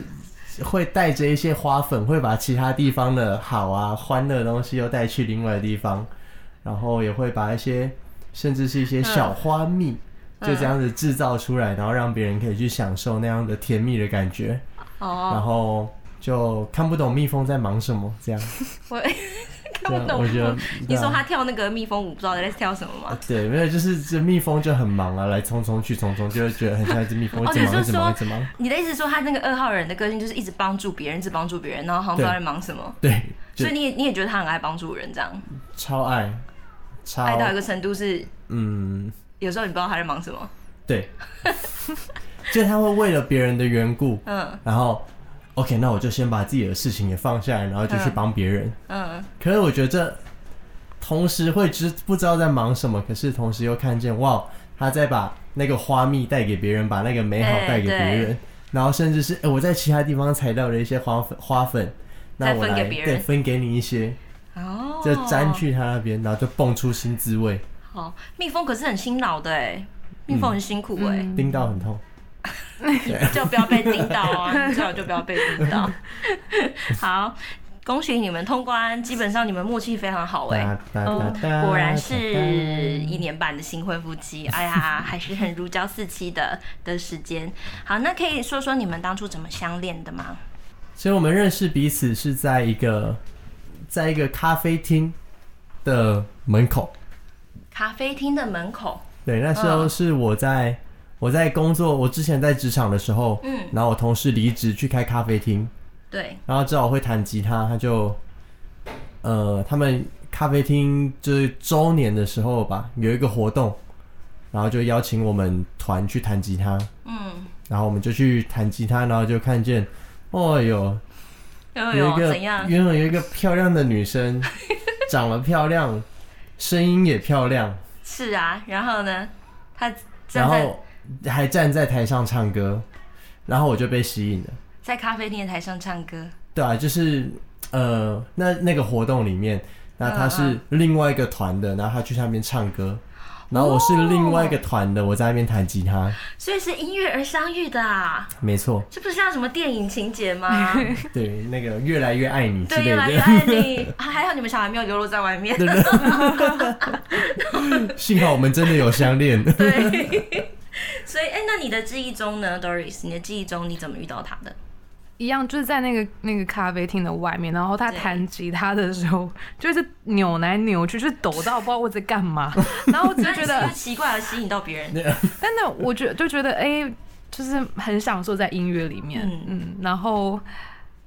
[SPEAKER 2] 会带着一些花粉，会把其他地方的好啊、欢乐的东西又带去另外的地方，然后也会把一些甚至是一些小花蜜，
[SPEAKER 1] 嗯
[SPEAKER 2] 就这样子制造出来，然后让别人可以去享受那样的甜蜜的感觉，然
[SPEAKER 1] 哦，
[SPEAKER 2] 后就看不懂蜜蜂在忙什么，这
[SPEAKER 1] (laughs)
[SPEAKER 2] 样，
[SPEAKER 1] 我看
[SPEAKER 2] 这
[SPEAKER 1] 不
[SPEAKER 2] 样
[SPEAKER 1] 懂。
[SPEAKER 2] 啊我觉得
[SPEAKER 1] 你说
[SPEAKER 2] 对啊
[SPEAKER 1] 他跳那个蜜蜂舞，不知道在跳什么吗？
[SPEAKER 2] 对，没有，就是这蜜蜂就很忙啊，来匆匆去匆匆，就会觉得很像一只蜜蜂，
[SPEAKER 1] 哦
[SPEAKER 2] 一直忙，
[SPEAKER 1] 你
[SPEAKER 2] 一
[SPEAKER 1] 是
[SPEAKER 2] 直
[SPEAKER 1] 说
[SPEAKER 2] 忙，一直忙，
[SPEAKER 1] (laughs) 你的意思是说，他那个二号人的个性就是一直帮助别人，一直帮助别人，然后好像不知道在忙什么，
[SPEAKER 2] 对，就
[SPEAKER 1] 所以你也你也觉得他很爱帮助人，这样
[SPEAKER 2] 超爱，超
[SPEAKER 1] 爱到一个程度是，
[SPEAKER 2] 嗯，
[SPEAKER 1] 有时候你不知道他在忙什么，
[SPEAKER 2] 对， (laughs) 就他会为了别人的缘故，
[SPEAKER 1] 嗯
[SPEAKER 2] 然后 OK，那我就先把自己的事情也放下来，然后就去
[SPEAKER 1] 嗯
[SPEAKER 2] 帮别人。
[SPEAKER 1] 嗯，
[SPEAKER 2] 可是我觉得这同时会知不知道在忙什么，可是同时又看见哇，他在把那个花蜜带给别人，把那个美好
[SPEAKER 1] 哎
[SPEAKER 2] 带给别
[SPEAKER 1] 对
[SPEAKER 2] 人，然后甚至是哎、我在其他地方采到了一些花粉花粉。那
[SPEAKER 1] 再
[SPEAKER 2] 我
[SPEAKER 1] 分
[SPEAKER 2] 来
[SPEAKER 1] 给别
[SPEAKER 2] 对
[SPEAKER 1] 人
[SPEAKER 2] 分给你一些，
[SPEAKER 1] 哦，
[SPEAKER 2] 就沾去他那边，然后就蹦出新滋味，
[SPEAKER 1] 好，蜜蜂可是很辛劳的
[SPEAKER 2] 嗯
[SPEAKER 1] 哎，蜜蜂很辛苦哎，
[SPEAKER 2] 叮到很痛。
[SPEAKER 1] 就不要被叮到
[SPEAKER 2] (laughs)
[SPEAKER 1] 啊，你最好就不要被叮到。好，恭喜你们通关，基本上你们默契非常好哎
[SPEAKER 2] 哒。哒哒哒
[SPEAKER 1] 果然是
[SPEAKER 2] 哒哒
[SPEAKER 1] 一年半的新婚夫妻，哎呀，还是很如胶似漆的的时间。好，那可以说说你们当初怎么相恋的吗？
[SPEAKER 2] 所以我们认识彼此是在一个，在一个咖啡厅的门口。
[SPEAKER 1] 咖啡厅的门口，
[SPEAKER 2] 对，那时候
[SPEAKER 1] 嗯
[SPEAKER 2] 是我在、我在工作，我之前在职场的时候，
[SPEAKER 1] 嗯，
[SPEAKER 2] 然后我同事离职去开咖啡厅，
[SPEAKER 1] 对，
[SPEAKER 2] 然后知道我会弹吉他，他就，呃，他们咖啡厅就是周年的时候吧，有一个活动，然后就邀请我们团去弹吉他，
[SPEAKER 1] 嗯，
[SPEAKER 2] 然后我们就去弹吉他，然后就看见，哦哟，
[SPEAKER 1] 哎
[SPEAKER 2] 有一
[SPEAKER 1] 呦，
[SPEAKER 2] 个
[SPEAKER 1] 怎样？
[SPEAKER 2] 原本有一个漂亮的
[SPEAKER 1] (laughs)
[SPEAKER 2] 女生，长得漂亮，声音也漂亮，
[SPEAKER 1] 是啊，然后呢？他
[SPEAKER 2] 然
[SPEAKER 1] 站在
[SPEAKER 2] 后还站在台上唱歌，然后我就被吸引了。
[SPEAKER 1] 在咖啡店的台上唱歌，
[SPEAKER 2] 对啊，就是呃，那那个活动里面，那
[SPEAKER 1] 嗯
[SPEAKER 2] 他是另外一个团的，然后他去那边唱歌。然后我是另外一个团的，我在那边弹吉他，
[SPEAKER 1] 所以是因乐而相遇的啊。
[SPEAKER 2] 没错，
[SPEAKER 1] 这不是像什么电影情节吗？
[SPEAKER 2] (laughs) 对，那个越来越爱你之
[SPEAKER 1] 对，
[SPEAKER 2] 类
[SPEAKER 1] 越来越
[SPEAKER 2] 的，
[SPEAKER 1] 爱你。啊还好你们小孩没有流落在外面。 (laughs)
[SPEAKER 2] (laughs) 幸好我们真的有相恋。
[SPEAKER 1] 对，所以哎、那你的记忆中呢，Doris，你的记忆中你怎么遇到他的？
[SPEAKER 3] 一样，就是在那个那个咖啡厅的外面，然后他
[SPEAKER 1] 对
[SPEAKER 3] 弹吉他的时候，就是扭来扭去，就是抖到不知道我在
[SPEAKER 1] (laughs)
[SPEAKER 3] 干嘛，然后我只是觉
[SPEAKER 1] 那你
[SPEAKER 3] 得
[SPEAKER 1] 是不是奇怪而吸引到别人，
[SPEAKER 3] 但那我觉就觉得哎、就是很享受在音乐里面，嗯
[SPEAKER 1] 嗯
[SPEAKER 3] 然后。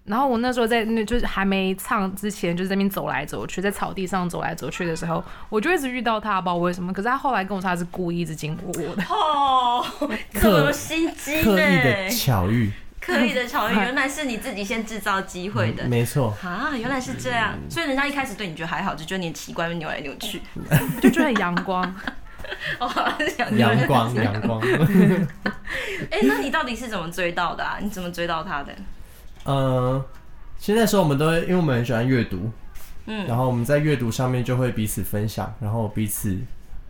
[SPEAKER 3] 然后我那时候在那就是还没唱之前，就在那边走来走去，在草地上走来走去的时候，我就一直遇到他，不知道为什么。可是他后来跟我说他是故意一直经过我的，
[SPEAKER 2] (laughs)
[SPEAKER 1] 哦，这么心 (laughs) 机
[SPEAKER 2] 刻意
[SPEAKER 1] 呢
[SPEAKER 2] 的？巧遇，
[SPEAKER 1] 刻意的
[SPEAKER 2] (laughs)
[SPEAKER 1] 巧遇，原来是你自己先制造机会的。
[SPEAKER 2] 没错，
[SPEAKER 1] 啊，原来是这样，
[SPEAKER 2] 嗯
[SPEAKER 1] 所以人家一开始对你觉得还好，就觉得你很奇怪，扭来扭去。
[SPEAKER 3] 就觉得很阳光。
[SPEAKER 1] (laughs) 哦，想起来
[SPEAKER 2] 阳光，阳光。
[SPEAKER 1] 哎、那你到底是怎么追到的啊？你怎么追到他的？
[SPEAKER 2] 呃，其实那时候我们都会，因为我们很喜欢阅读，
[SPEAKER 1] 嗯
[SPEAKER 2] 然后我们在阅读上面就会彼此分享，然后彼此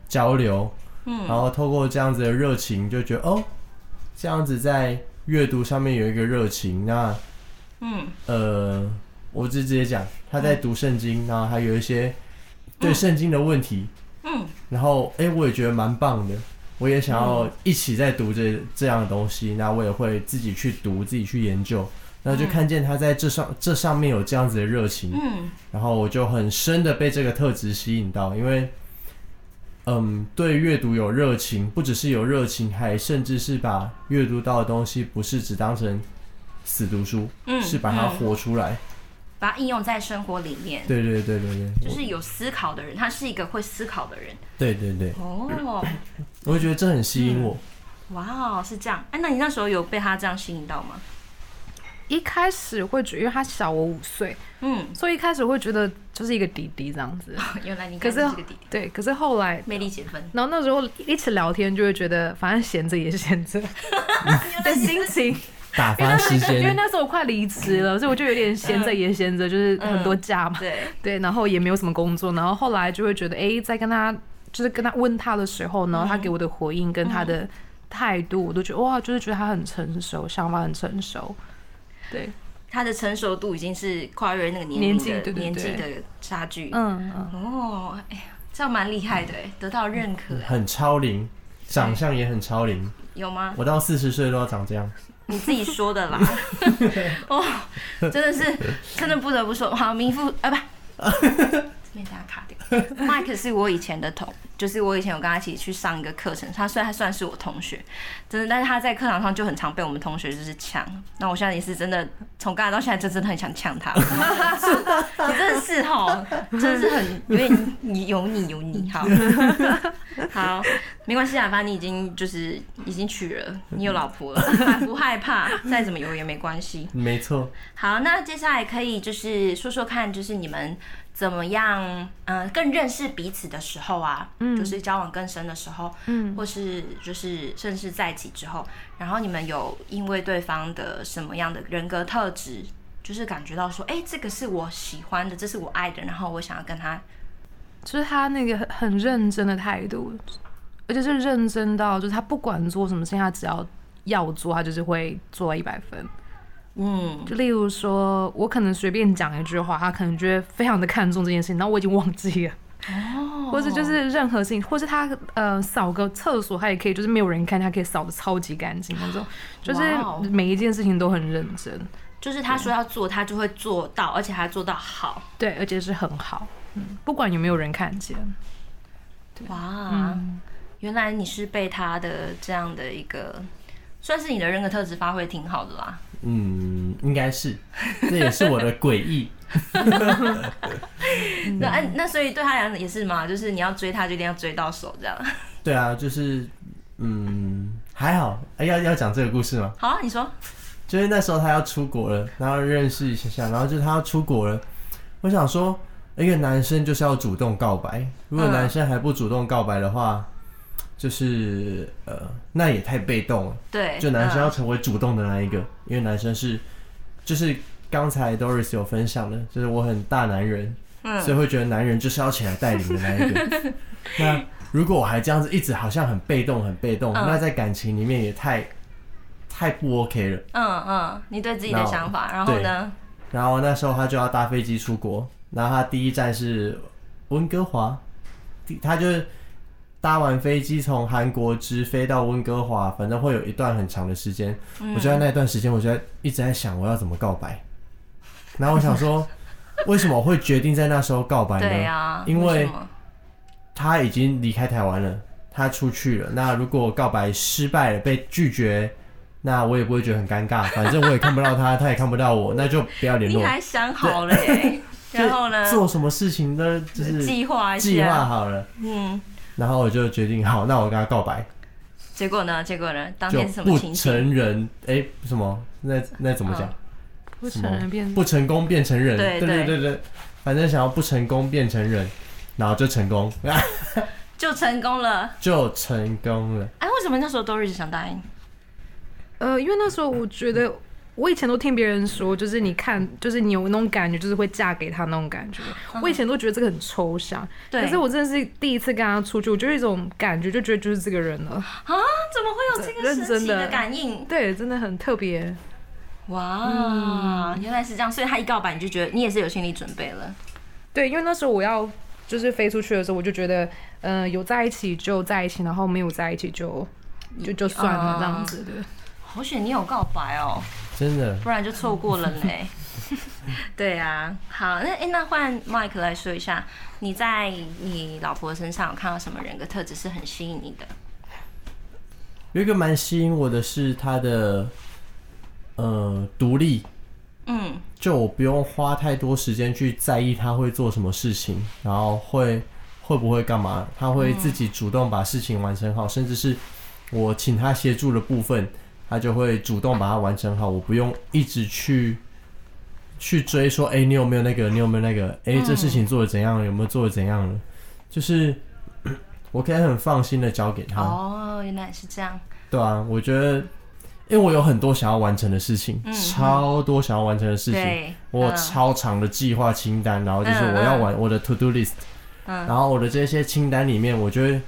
[SPEAKER 2] 交流，
[SPEAKER 1] 嗯
[SPEAKER 2] 然后透过这样子的热情，就觉得哦，这样子在阅读上面有一个热情。那
[SPEAKER 1] 嗯
[SPEAKER 2] 呃，我就直接讲，他在读圣经，然后还有一些对圣经的问题，
[SPEAKER 1] 嗯，
[SPEAKER 2] 然后哎、诶我也觉得蛮棒的，我也想要一起在读这这样的东西，那我也会自己去读，自己去研究。然后就看见他在这上这上面有这样子的热情，
[SPEAKER 1] 嗯
[SPEAKER 2] 然后我就很深的被这个特质吸引到，因为，嗯，对阅读有热情，不只是有热情，还甚至是把阅读到的东西不是只当成死读书，
[SPEAKER 1] 嗯，
[SPEAKER 2] 是把它
[SPEAKER 1] 嗯
[SPEAKER 2] 活出来。
[SPEAKER 1] 把它应用在生活里面。
[SPEAKER 2] 对对对对对，
[SPEAKER 1] 就
[SPEAKER 2] 我
[SPEAKER 1] 是有思考的人，他是一个会思考的人。
[SPEAKER 2] 对对对，
[SPEAKER 1] 哦，
[SPEAKER 2] 我会觉得这很吸引我。
[SPEAKER 1] 嗯哇，是这样。哎、那你那时候有被他这样吸引到吗？
[SPEAKER 3] 一开始会觉得，因为他小我五岁，
[SPEAKER 1] 嗯，
[SPEAKER 3] 所以一开始会觉得就是一个弟弟这样子。
[SPEAKER 1] 原来你
[SPEAKER 3] 可
[SPEAKER 1] 跟
[SPEAKER 3] 是
[SPEAKER 1] 这个弟弟
[SPEAKER 3] 对，可是后来，
[SPEAKER 1] 魅力减分，
[SPEAKER 3] 然后那时候一起聊天，就会觉得反正闲着也是
[SPEAKER 1] (laughs)
[SPEAKER 3] 闲着的心情，
[SPEAKER 2] 打发时
[SPEAKER 3] 因为
[SPEAKER 2] 间，
[SPEAKER 3] 那时候我快离职
[SPEAKER 1] 嗯
[SPEAKER 3] 了，所以我就有点闲着也闲着，就是很多假嘛。
[SPEAKER 1] 对，
[SPEAKER 3] 对，然后也没有什么工作，然后后来就会觉得，哎，在跟他就是跟他问他的时
[SPEAKER 1] 嗯
[SPEAKER 3] 候，然后他给我的回应跟他的态度，我都觉得哇，就是觉得他很成熟，想法很成熟。对，
[SPEAKER 1] 他的成熟度已经是跨越那个年龄
[SPEAKER 3] 年纪
[SPEAKER 1] 的
[SPEAKER 3] 对对对
[SPEAKER 1] 年纪的差距。
[SPEAKER 3] 嗯嗯，
[SPEAKER 1] 哦，哎呀，这样蛮厉害的哎，得到认可
[SPEAKER 3] 嗯
[SPEAKER 2] 很超龄，长相也很超龄。
[SPEAKER 1] 有吗？
[SPEAKER 2] 我到四十岁都要长这样，
[SPEAKER 1] 你自己说的啦。哦，真的是，真的不得不说，好，名副啊不，这边大家卡掉。Mike 是我以前的同，就是我以前有跟他一起去上一个课程，他虽然他算是我同学，真的，但是他在课堂上就很常被我们同学就是呛。那我现在也是真的，从刚才到现在就真的很想呛他。你真的是哈，真的是很有点你有你有你，好好，没关系啊，反正你已经就是已经娶了，你有老婆了，不害怕，再怎么有也没关系。
[SPEAKER 2] 没错。
[SPEAKER 1] 好，那接下来可以就是说说看，就是你们怎么样，嗯、更认识彼此的时候啊，就是交往更深的时候，嗯，或是就是甚至在一起之后，然后你们有因为对方的什么样的人格特质，就是感觉到说，哎、这个是我喜欢的，这是我爱的，然后我想要跟他，
[SPEAKER 3] 就是他那个很很认真的态度，而且是认真到就是他不管做什么事情，他只要要做，他就是会做到一百分。
[SPEAKER 1] 嗯，
[SPEAKER 3] 就例如说，我可能随便讲一句话，他可能觉得非常的看重这件事情，然后我已经忘记了，
[SPEAKER 1] 哦
[SPEAKER 3] 或者就是任何事情，或是他呃扫个厕所，他也可以，就是没有人看，他可以扫的超级干净那种，
[SPEAKER 1] 哇哦
[SPEAKER 3] 就是每一件事情都很认真，
[SPEAKER 1] 就是他说要做，他就会做到，而且还做到好，
[SPEAKER 3] 对，而且是很好，嗯，不管有没有人看见，
[SPEAKER 1] 哇，原来你是被他的这样的一个，算是你的人格特质发挥挺好的啦。
[SPEAKER 2] 嗯，应该是，这也是我的诡异。
[SPEAKER 1] 那、哎，那所以对他来讲也是嘛，就是你要追他就一定要追到手这样。 (laughs)
[SPEAKER 2] 对啊，就是嗯，还好。哎、要要讲这个故事吗？
[SPEAKER 1] 好啊，你说，
[SPEAKER 2] 就是那时候他要出国了，然后认识一下下，然后就是他要出国了，我想说，一个男生就是要主动告白，如果
[SPEAKER 1] 嗯
[SPEAKER 2] 男生还不主动告白的话，就是呃，那也太被动了。
[SPEAKER 1] 对，嗯
[SPEAKER 2] 就男生要成为主动的那一个，因为男生是就是刚才 Doris 有分享的，就是我很大男人，
[SPEAKER 1] 嗯
[SPEAKER 2] 所以会觉得男人就是要起来带领的那
[SPEAKER 1] (laughs)
[SPEAKER 2] 一个。那如果我还这样子一直好像很被动很被动，
[SPEAKER 1] 嗯
[SPEAKER 2] 那在感情里面也太太不 OK 了。
[SPEAKER 1] 嗯嗯，你对自己的想法，然后呢？
[SPEAKER 2] 然后那时候他就要搭飞机出国，然后他第一站是温哥华，第他就是搭完飞机从韩国直飞到温哥华，反正会有一段很长的时间。
[SPEAKER 1] 嗯
[SPEAKER 2] 我就在那一段时间，我就在一直在想我要怎么告白。然后我想说， (laughs) 为什么我会决定在那时候告白呢？
[SPEAKER 1] 对呀，
[SPEAKER 2] 因为
[SPEAKER 1] 什么
[SPEAKER 2] 他已经离开台湾了，他出去了。那如果告白失败了，被拒绝，那我也不会觉得很尴尬，反正我也看不到他， (laughs) 他也看不到我，那就不要联络
[SPEAKER 1] 你。还想好了耶， (laughs) 然后呢
[SPEAKER 2] 就，做什么事情呢？就是
[SPEAKER 1] 计划一
[SPEAKER 2] 计划
[SPEAKER 1] 下，
[SPEAKER 2] 好了，
[SPEAKER 1] 嗯，
[SPEAKER 2] 然后我就决定好，那我跟他告白，
[SPEAKER 1] 结果呢？结果呢？当
[SPEAKER 2] 就
[SPEAKER 1] 天是什么
[SPEAKER 2] 不
[SPEAKER 1] 情形？哦
[SPEAKER 2] 成人，哎、什么？那那怎么讲？
[SPEAKER 3] 不
[SPEAKER 2] 什
[SPEAKER 3] 承
[SPEAKER 2] 么
[SPEAKER 3] 认变
[SPEAKER 2] 不成功变成人，
[SPEAKER 1] 对
[SPEAKER 2] 对
[SPEAKER 1] 对
[SPEAKER 2] 对对，反正想要不成功变成人，然后就成功，啊
[SPEAKER 1] 就成功了。
[SPEAKER 2] 就成功了。
[SPEAKER 1] 哎，为什么那时候 Doris 想答应？
[SPEAKER 3] 呃，因为那时候我觉得，我以前都听别人说，就是你看，就是你有那种感觉，就是会嫁给他那种感觉。我以前都觉得这个很抽象，
[SPEAKER 1] 对
[SPEAKER 3] 可是我真的是第一次跟他出去，我就有一种感觉，就觉得就是这个人了。
[SPEAKER 1] 啊，怎么会有这个
[SPEAKER 3] 认
[SPEAKER 1] 神奇
[SPEAKER 3] 真的
[SPEAKER 1] 的感应？
[SPEAKER 3] 对，真的很特别。
[SPEAKER 1] 哇，原来是这样，所以他一告白你就觉得你也是有心理准备了。
[SPEAKER 3] 对，因为那时候我要就是飞出去的时候，我就觉得，呃，有在一起就在一起，然后没有在一起就就就算了
[SPEAKER 1] 哦
[SPEAKER 3] 这样子。对，
[SPEAKER 1] 好险你有告白哦，
[SPEAKER 2] 真的，
[SPEAKER 1] 不然就错过了呢。 (laughs) 对啊，好，那诶那换 Mike 来说一下，你在你老婆身上有看到什么人格特质是很吸引你的？
[SPEAKER 2] 有一个蛮吸引我的是他的，呃，独立，
[SPEAKER 1] 嗯，
[SPEAKER 2] 就我不用花太多时间去在意他会做什么事情，然后会会不会干嘛，他会自己主动把事情完成好，甚至是我请他协助的部分，他就会主动把它完成好，我不用一直去去追说，哎、你有没有那个，你有没有那个，哎、这事情做的怎样了，有没有做的怎样了，就是 (clears throat) 咳我可以很放心的交给他，
[SPEAKER 1] 哦，原来是这样，
[SPEAKER 2] 对啊，我觉得。因为我有很多想要完成的事情，
[SPEAKER 1] 嗯
[SPEAKER 2] 超多想要完成的事情，
[SPEAKER 1] 对，
[SPEAKER 2] 我有
[SPEAKER 1] 嗯
[SPEAKER 2] 超长的计划清单，然后就是
[SPEAKER 1] 嗯
[SPEAKER 2] 我要
[SPEAKER 1] 嗯
[SPEAKER 2] 玩我的 to do list，、
[SPEAKER 1] 嗯
[SPEAKER 2] 然后我的这些清单里面，我觉得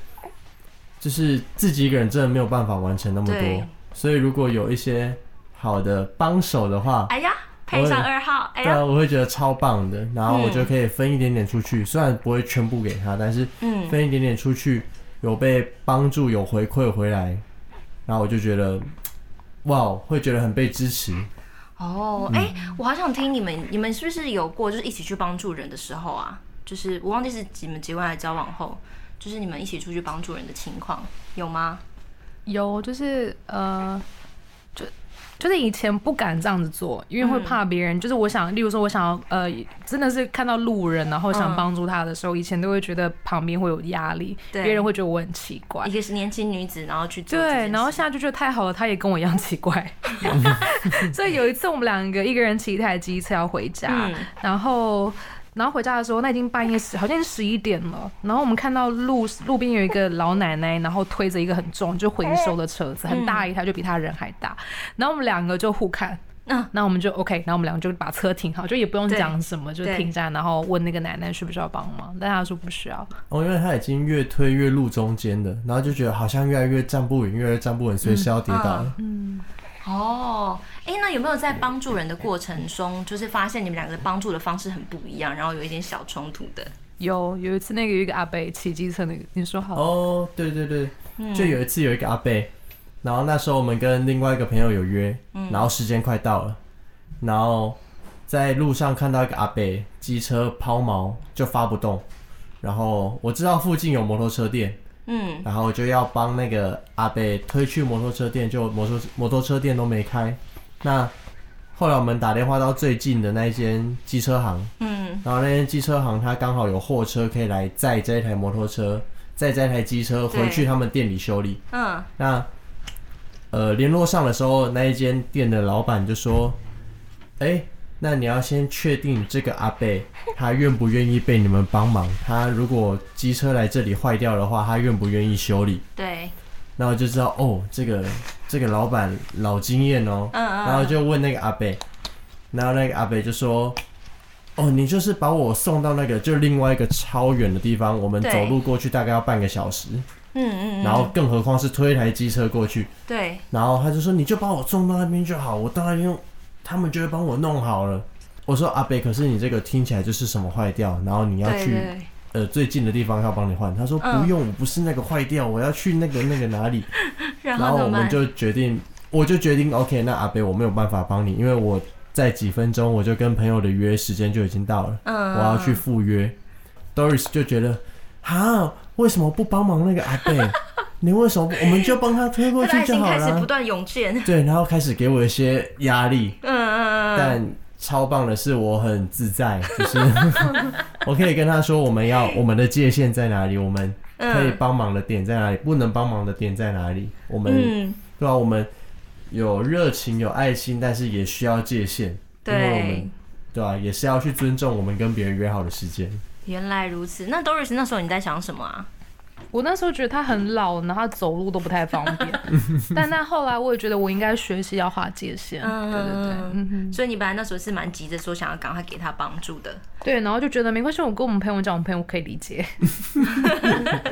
[SPEAKER 2] 就是自己一个人真的没有办法完成那么
[SPEAKER 1] 对
[SPEAKER 2] 多，所以如果有一些好的帮手的话，
[SPEAKER 1] 哎呀，配上二号，哎
[SPEAKER 2] 对啊，
[SPEAKER 1] 呀，
[SPEAKER 2] 我会觉得超棒的，然后我就可以分一点点出去，虽然不会全部给他，但是
[SPEAKER 1] 嗯，
[SPEAKER 2] 分一点点出去，有被帮助，有回馈回来，然后我就觉得。哇，会觉得很被支持，
[SPEAKER 1] 哦，
[SPEAKER 2] 嗯
[SPEAKER 1] 哎、我好想听你们，你们是不是有过就是一起去帮助人的时候啊？就是我忘记是你们结婚还是交往后，就是你们一起出去帮助人的情况有吗？
[SPEAKER 3] 有就是呃，就就是以前不敢这样子做，因
[SPEAKER 1] 嗯
[SPEAKER 3] 为会怕别人。就是我想，例如说，我想要呃，真的是看到路人，然后想
[SPEAKER 1] 嗯
[SPEAKER 3] 帮助他的时候，以前都会觉得旁边会有压力，
[SPEAKER 1] 对
[SPEAKER 3] 别人会觉得我很奇怪
[SPEAKER 1] 一。个是年轻女子，然后去做这件
[SPEAKER 3] 对，
[SPEAKER 1] 事
[SPEAKER 3] 然后现在就觉得太好了，他也跟我一样
[SPEAKER 1] (laughs)
[SPEAKER 3] 奇怪。所以有一次我们两个一个人骑一台机车要回家，
[SPEAKER 1] 嗯
[SPEAKER 3] 然后。然后回家的时候，那已经半夜十，好像是十一点了。然后我们看到路路边有一个老奶奶，然后推着一个很重就回收的车子，很大一台，就比她人还大。然后我们两个就互看，
[SPEAKER 1] 嗯
[SPEAKER 3] 那我们就 OK，那我们两个就把车停好，就也不用
[SPEAKER 1] 对
[SPEAKER 3] 讲什么，就
[SPEAKER 1] 对
[SPEAKER 3] 停下来，然后问那个奶奶需不需要帮忙，但她说不需要。
[SPEAKER 2] 哦，因为他已经越推越路中间的，然后就觉得好像越来越站不稳，越来越站不稳，随时要跌倒了。
[SPEAKER 1] 哦，哎、那有没有在帮助人的过程中，就是发现你们两个帮助的方式很不一样，然后有一点小冲突的？
[SPEAKER 3] 有有一次那个有一个阿伯骑机车那个，你说好了
[SPEAKER 2] 哦，对对对，就有一次有一个阿伯，然后那时候我们跟另外一个朋友有约，然后时间快到了，然后在路上看到一个阿伯机车抛锚就发不动，然后我知道附近有摩托车店，
[SPEAKER 1] 嗯，
[SPEAKER 2] 然后我就要帮那个阿贝推去摩托车店，就摩托摩托车店都没开。那后来我们打电话到最近的那一间机车行，
[SPEAKER 1] 嗯，
[SPEAKER 2] 然后那间机车行它刚好有货车可以来载这一台摩托车，载这一台机车
[SPEAKER 1] 对
[SPEAKER 2] 回去他们店里修理。
[SPEAKER 1] 嗯，
[SPEAKER 2] 那呃联络上的时候，那一间店的老板就说：“哎、那你要先确定这个阿贝他愿不愿意被你们帮忙，他如果机车来这里坏掉的话，他愿不愿意修理？”
[SPEAKER 1] 对，
[SPEAKER 2] 然后就知道哦，这个这个老板老经验哦，
[SPEAKER 1] 嗯嗯
[SPEAKER 2] 然后就问那个阿贝，然后那个阿贝就说，哦，你就是把我送到那个就另外一个超远的地方，我们
[SPEAKER 1] 对
[SPEAKER 2] 走路过去大概要半个小时，
[SPEAKER 1] 嗯嗯，
[SPEAKER 2] 然后更何况是推一台机车过去，
[SPEAKER 1] 对，
[SPEAKER 2] 然后他就说你就把我送到那边就好，我到那边他们就会帮我弄好了。我说阿贝，可是你这个听起来就是什么坏掉，然后你要
[SPEAKER 1] 对
[SPEAKER 2] 去
[SPEAKER 1] 对，
[SPEAKER 2] 呃最近的地方要帮你换。他说
[SPEAKER 1] 嗯
[SPEAKER 2] 不用，我不是那个坏掉，我要去那个那个哪里。
[SPEAKER 1] 然
[SPEAKER 2] 然
[SPEAKER 1] 后
[SPEAKER 2] 后
[SPEAKER 1] 怎
[SPEAKER 2] 我
[SPEAKER 1] 么
[SPEAKER 2] 们
[SPEAKER 1] 办？
[SPEAKER 2] 就决定，我就决定 OK，那阿北我没有办法帮你，因为我在几分钟我就跟朋友的约时间就已经到了，
[SPEAKER 1] 嗯，
[SPEAKER 2] 我要去赴约。Doris 就觉得啊，为什么不帮忙那个阿
[SPEAKER 1] (laughs)
[SPEAKER 2] 北？你为什么不？我们就帮他推过
[SPEAKER 1] 他的
[SPEAKER 2] 去
[SPEAKER 1] 爱
[SPEAKER 2] 就
[SPEAKER 1] 心
[SPEAKER 2] 好
[SPEAKER 1] 开始不
[SPEAKER 2] 了。
[SPEAKER 1] 断涌现，
[SPEAKER 2] 对，然后开始给我一些压力，
[SPEAKER 1] 嗯嗯嗯嗯，
[SPEAKER 2] 但超棒的是，我很自在，就是 (laughs) 我可以跟他说，我们要我们的界限在哪里，我们可
[SPEAKER 1] 嗯
[SPEAKER 2] 以帮忙的点在哪里，不能帮忙的点在哪里，我们、
[SPEAKER 1] 嗯，
[SPEAKER 2] 对吧、我们有热情有爱心，但是也需要界限，因为我
[SPEAKER 1] 对
[SPEAKER 2] 们。对吧、也是要去尊重我们跟别人约好的时
[SPEAKER 3] (laughs)
[SPEAKER 2] 间。
[SPEAKER 1] 原来如此，那 Doris 那时候你在想什么啊？
[SPEAKER 3] 我那时候觉得他很老，然后他走路都不太方便。但那后来我也觉得我应该学习要划界限，
[SPEAKER 1] 嗯
[SPEAKER 3] 对对对，嗯哼，
[SPEAKER 1] 所以你本来那时候是蛮急着说想要赶快给他帮助的，
[SPEAKER 3] 对。然后就觉得没关系，我跟我们朋友讲，我们朋友可以理解。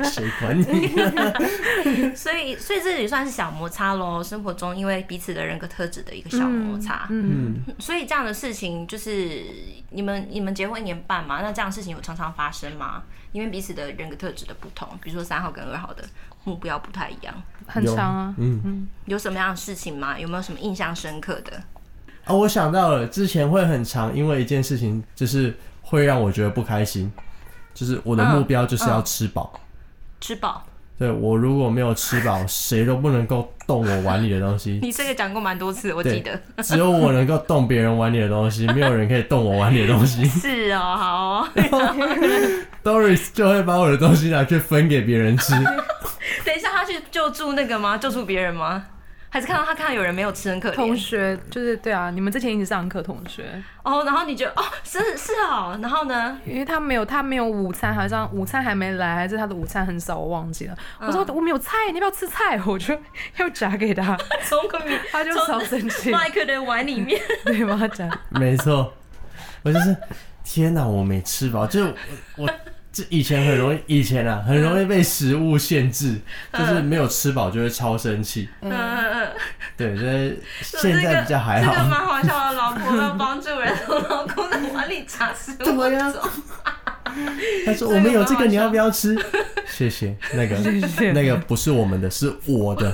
[SPEAKER 2] 谁管你？
[SPEAKER 1] 所以所以这也算是小摩擦喽。生活中因为彼此的人格特质的一个小摩擦，
[SPEAKER 3] 嗯，
[SPEAKER 1] 所以这样的事情就是你们你们结婚一年半嘛，那这样的事情有常常发生吗？因为彼此的人格特质的不同，比如说三号跟二号的目标不太一样，
[SPEAKER 3] (laughs) 很
[SPEAKER 2] 有
[SPEAKER 3] 长啊。
[SPEAKER 2] 嗯
[SPEAKER 1] 有什么样的事情吗？有没有什么印象深刻的？
[SPEAKER 2] 啊，我想到了，之前会很长，因为一件事情就是会让我觉得不开心，就是我的目标就是要吃饱。
[SPEAKER 3] 嗯
[SPEAKER 1] 吃饱，
[SPEAKER 2] 对我如果没有吃
[SPEAKER 3] (laughs)
[SPEAKER 2] 饱，谁都不能够动我碗里的东西，
[SPEAKER 1] 你这个讲过蛮多次，我
[SPEAKER 2] 对
[SPEAKER 1] 记得。
[SPEAKER 2] 只有我能够动别人碗里的东西，没有人可以动我碗里的东西
[SPEAKER 1] 是哦，好哦。
[SPEAKER 2] (laughs) Doris 就会把我的东西拿去分给别人吃，
[SPEAKER 1] 等一下，他去救助那个吗？救助别人吗？还是看到他看到有人没有吃很可
[SPEAKER 3] 同
[SPEAKER 1] 怜
[SPEAKER 3] 学就是对啊，你们之前一起上课，同学，
[SPEAKER 1] 哦，然后你就哦是是哦，然后呢？ (laughs)
[SPEAKER 3] 因为他没有他没有午餐，好像午餐还没来，还是他的午餐很少，我忘记了。我说我们有菜，你要不要吃菜？我就 (laughs) 要夹给他，
[SPEAKER 1] 从可米
[SPEAKER 3] 他就超生 (laughs) 气，
[SPEAKER 1] 麦克的碗里面，
[SPEAKER 3] 对吗？夹
[SPEAKER 2] 没错，我就是天哪，我没吃饱，就是我我这以前很容易，以前啊很容易被食物限制，就是没有吃饱就会超生气。
[SPEAKER 1] (laughs) 嗯嗯嗯，
[SPEAKER 2] 对，就是
[SPEAKER 1] 这
[SPEAKER 2] 现
[SPEAKER 1] 个
[SPEAKER 2] 在比较还
[SPEAKER 1] 这个
[SPEAKER 2] 好。
[SPEAKER 1] 蛮好笑的。老婆要帮助人， (laughs) 从老公的碗里夹食物
[SPEAKER 2] 对呀、他说我们有这个，你要不要吃？谢谢，那个
[SPEAKER 3] 谢
[SPEAKER 2] 那个不是我们的，是我的。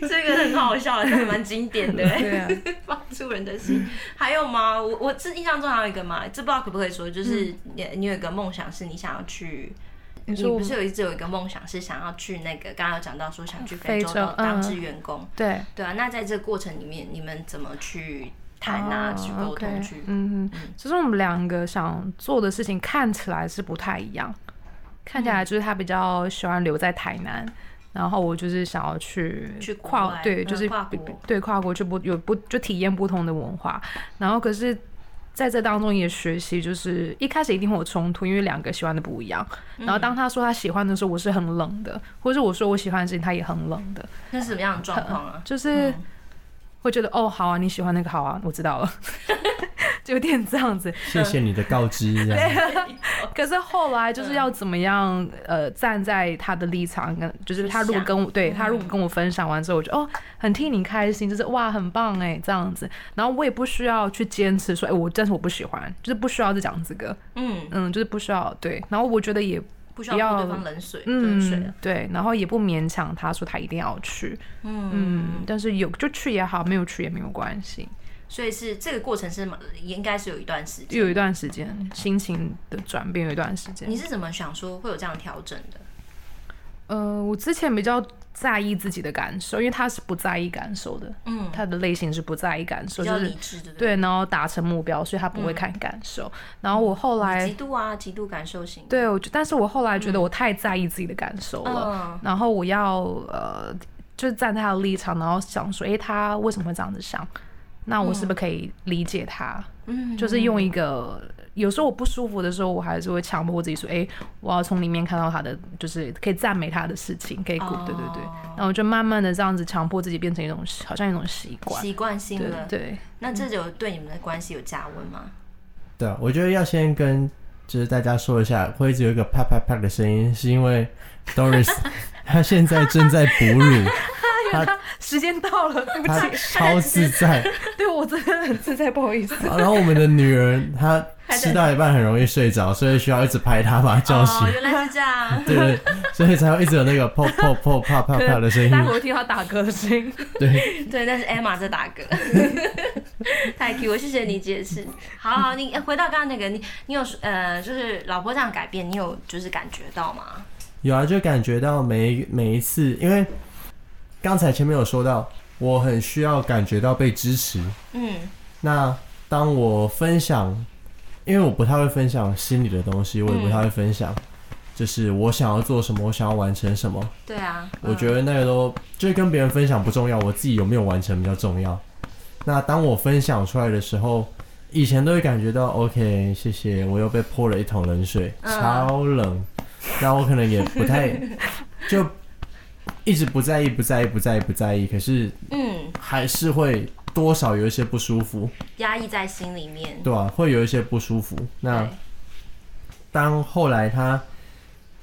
[SPEAKER 1] 这个很好笑，这个蛮经典的。
[SPEAKER 3] (laughs) 对啊，
[SPEAKER 1] 帮助人的心。还有吗？我我这印象中还有一个嘛，这不知道可不可以说，就是你你有一个梦想是你想要去。你
[SPEAKER 3] 嗯你说我
[SPEAKER 1] 不是有一直有一个梦想是想要去那个，刚刚有讲到说想去非洲
[SPEAKER 3] 非洲
[SPEAKER 1] 当当
[SPEAKER 3] 嗯
[SPEAKER 1] 志愿工，
[SPEAKER 3] 对。
[SPEAKER 1] 对啊。那在这个过程里面，你们怎么去谈啊，去沟通
[SPEAKER 3] 哦 OK，
[SPEAKER 1] 去？
[SPEAKER 3] 嗯嗯，就是我们两个想做的事情看起来是不太一样，看
[SPEAKER 1] 嗯
[SPEAKER 3] 起来就是他比较喜欢留在台南，然后我就是想要去
[SPEAKER 1] 去国
[SPEAKER 3] 跨
[SPEAKER 1] 外
[SPEAKER 3] 对，
[SPEAKER 1] 嗯
[SPEAKER 3] 就是
[SPEAKER 1] 跨
[SPEAKER 3] 比
[SPEAKER 1] 国
[SPEAKER 3] 对跨国去不有不就体验不同的文化，然后可是。在这当中也学习，就是一开始一定会有冲突，因为两个喜欢的不一样。然
[SPEAKER 1] 嗯
[SPEAKER 3] 后当他说他喜欢的时候，我是很冷的；，或者我说我喜欢的事情，他也很冷的。
[SPEAKER 1] 那是什么样的状况
[SPEAKER 3] (laughs)
[SPEAKER 1] 啊？
[SPEAKER 3] 就是会觉得、哦，好啊，你喜欢那个好啊，我知道了， (laughs) 就有点这样子。
[SPEAKER 2] 谢谢你的告知，这样
[SPEAKER 3] 可是后来就是要怎么样，呃，站在他的立场跟，就是他如果跟我
[SPEAKER 1] 嗯
[SPEAKER 3] 对他如果跟我分享完之后，我就哦，很替你开心，就是哇，很棒哎，这样子。然后我也不需要去坚持说，哎、我但是我不喜欢，就是不需要再讲这个，
[SPEAKER 1] 嗯，
[SPEAKER 3] 嗯，就是不需要对。然后我觉得也
[SPEAKER 1] 不需要
[SPEAKER 3] 要
[SPEAKER 1] 泼对方冷水，冷水啊
[SPEAKER 3] 嗯
[SPEAKER 1] 了。
[SPEAKER 3] 对，然后也不勉强他说他一定要去，
[SPEAKER 1] 嗯，
[SPEAKER 3] 嗯，但是有就去也好，没有去也没有关系。
[SPEAKER 1] 所以是这个过程是蛮也应该是有一段时间。
[SPEAKER 3] 有一段时间心情的转变，有一段时间
[SPEAKER 1] 嗯你。是怎么想说会有这样调整的？
[SPEAKER 3] 呃，我之前比较在意自己的感受，因为他是不在意感受的，
[SPEAKER 1] 嗯，
[SPEAKER 3] 他的类型是不在意感受，
[SPEAKER 1] 比
[SPEAKER 3] 就
[SPEAKER 1] 较
[SPEAKER 3] 是
[SPEAKER 1] 理智，对不对？
[SPEAKER 3] 对，然后达成目标，所以他不会看感受。
[SPEAKER 1] 嗯
[SPEAKER 3] 然后我后来
[SPEAKER 1] 极，度啊，极度感受型。
[SPEAKER 3] 对我就，但是我后来觉得我太在意自己的感受了，
[SPEAKER 1] 嗯，
[SPEAKER 3] 然后我要呃，就是站在他的立场，然后想说，诶，他为什么会这样子想？那我是不是可以理解他？
[SPEAKER 1] 嗯，
[SPEAKER 3] 就是用一个，有时候我不舒服的时候，我还是会强迫自己说，哎、我要从里面看到他的，就是可以赞美他的事情，可以鼓，对对对。然后就慢慢的这样子强迫自己变成一种，好像一种习惯，
[SPEAKER 1] 习惯性
[SPEAKER 3] 对
[SPEAKER 1] 了。
[SPEAKER 3] 对。
[SPEAKER 1] 那这有对你们的关系有加温吗？
[SPEAKER 2] 对，啊我觉得要先跟就是大家说一下，会一直有一个啪啪啪的声音，是因为 Doris 她现在正在哺乳，
[SPEAKER 3] 时间到了，对不
[SPEAKER 2] 她
[SPEAKER 3] 起，
[SPEAKER 2] 超自在。
[SPEAKER 3] 对我真的很自在，不好意思。
[SPEAKER 2] 然后我们的女儿她吃到一半很容易睡着，所以需要一直拍他把他
[SPEAKER 3] 嗯
[SPEAKER 2] 叫醒
[SPEAKER 1] 哦，。原来是这
[SPEAKER 3] (laughs)
[SPEAKER 1] 样。
[SPEAKER 2] 对 (laughs) 对，所以才会一直有那个 pop pop pop 啪啪啪的声音
[SPEAKER 3] 待。会儿会听到打嗝的声音。
[SPEAKER 2] 对，
[SPEAKER 1] 对，但是 Emma 在
[SPEAKER 3] (laughs)
[SPEAKER 1] 打嗝， (laughs) 太 Q 了，谢谢你解释。好好，你哎回到刚刚那个，你你有呃，就是老婆这样改变，你有就是感觉到吗？
[SPEAKER 2] 有啊，就感觉到每一每一次，因为刚才前面有说到，我很需要感觉到被支持。
[SPEAKER 1] 嗯
[SPEAKER 2] 那当我分享，因为我不太会分享心里的东西，我也不太会分享，就是我想要做什么，我想要完成什么。，
[SPEAKER 1] 对啊，
[SPEAKER 2] 我觉得那个都就是跟别人分享不重要，我自己有没有完成比较重要。那当我分享出来的时候，以前都会感觉到 OK，谢谢，我又被泼了一桶冷水，
[SPEAKER 1] 嗯
[SPEAKER 2] 超冷。那我可能也不太就一直不在意，不在意，不在意，不在意，可是
[SPEAKER 1] 嗯，
[SPEAKER 2] 还是会多少有一些不舒服，
[SPEAKER 1] 压抑在心里面。
[SPEAKER 2] 对吧、啊会有一些不舒服。那
[SPEAKER 1] 对
[SPEAKER 2] 当后来他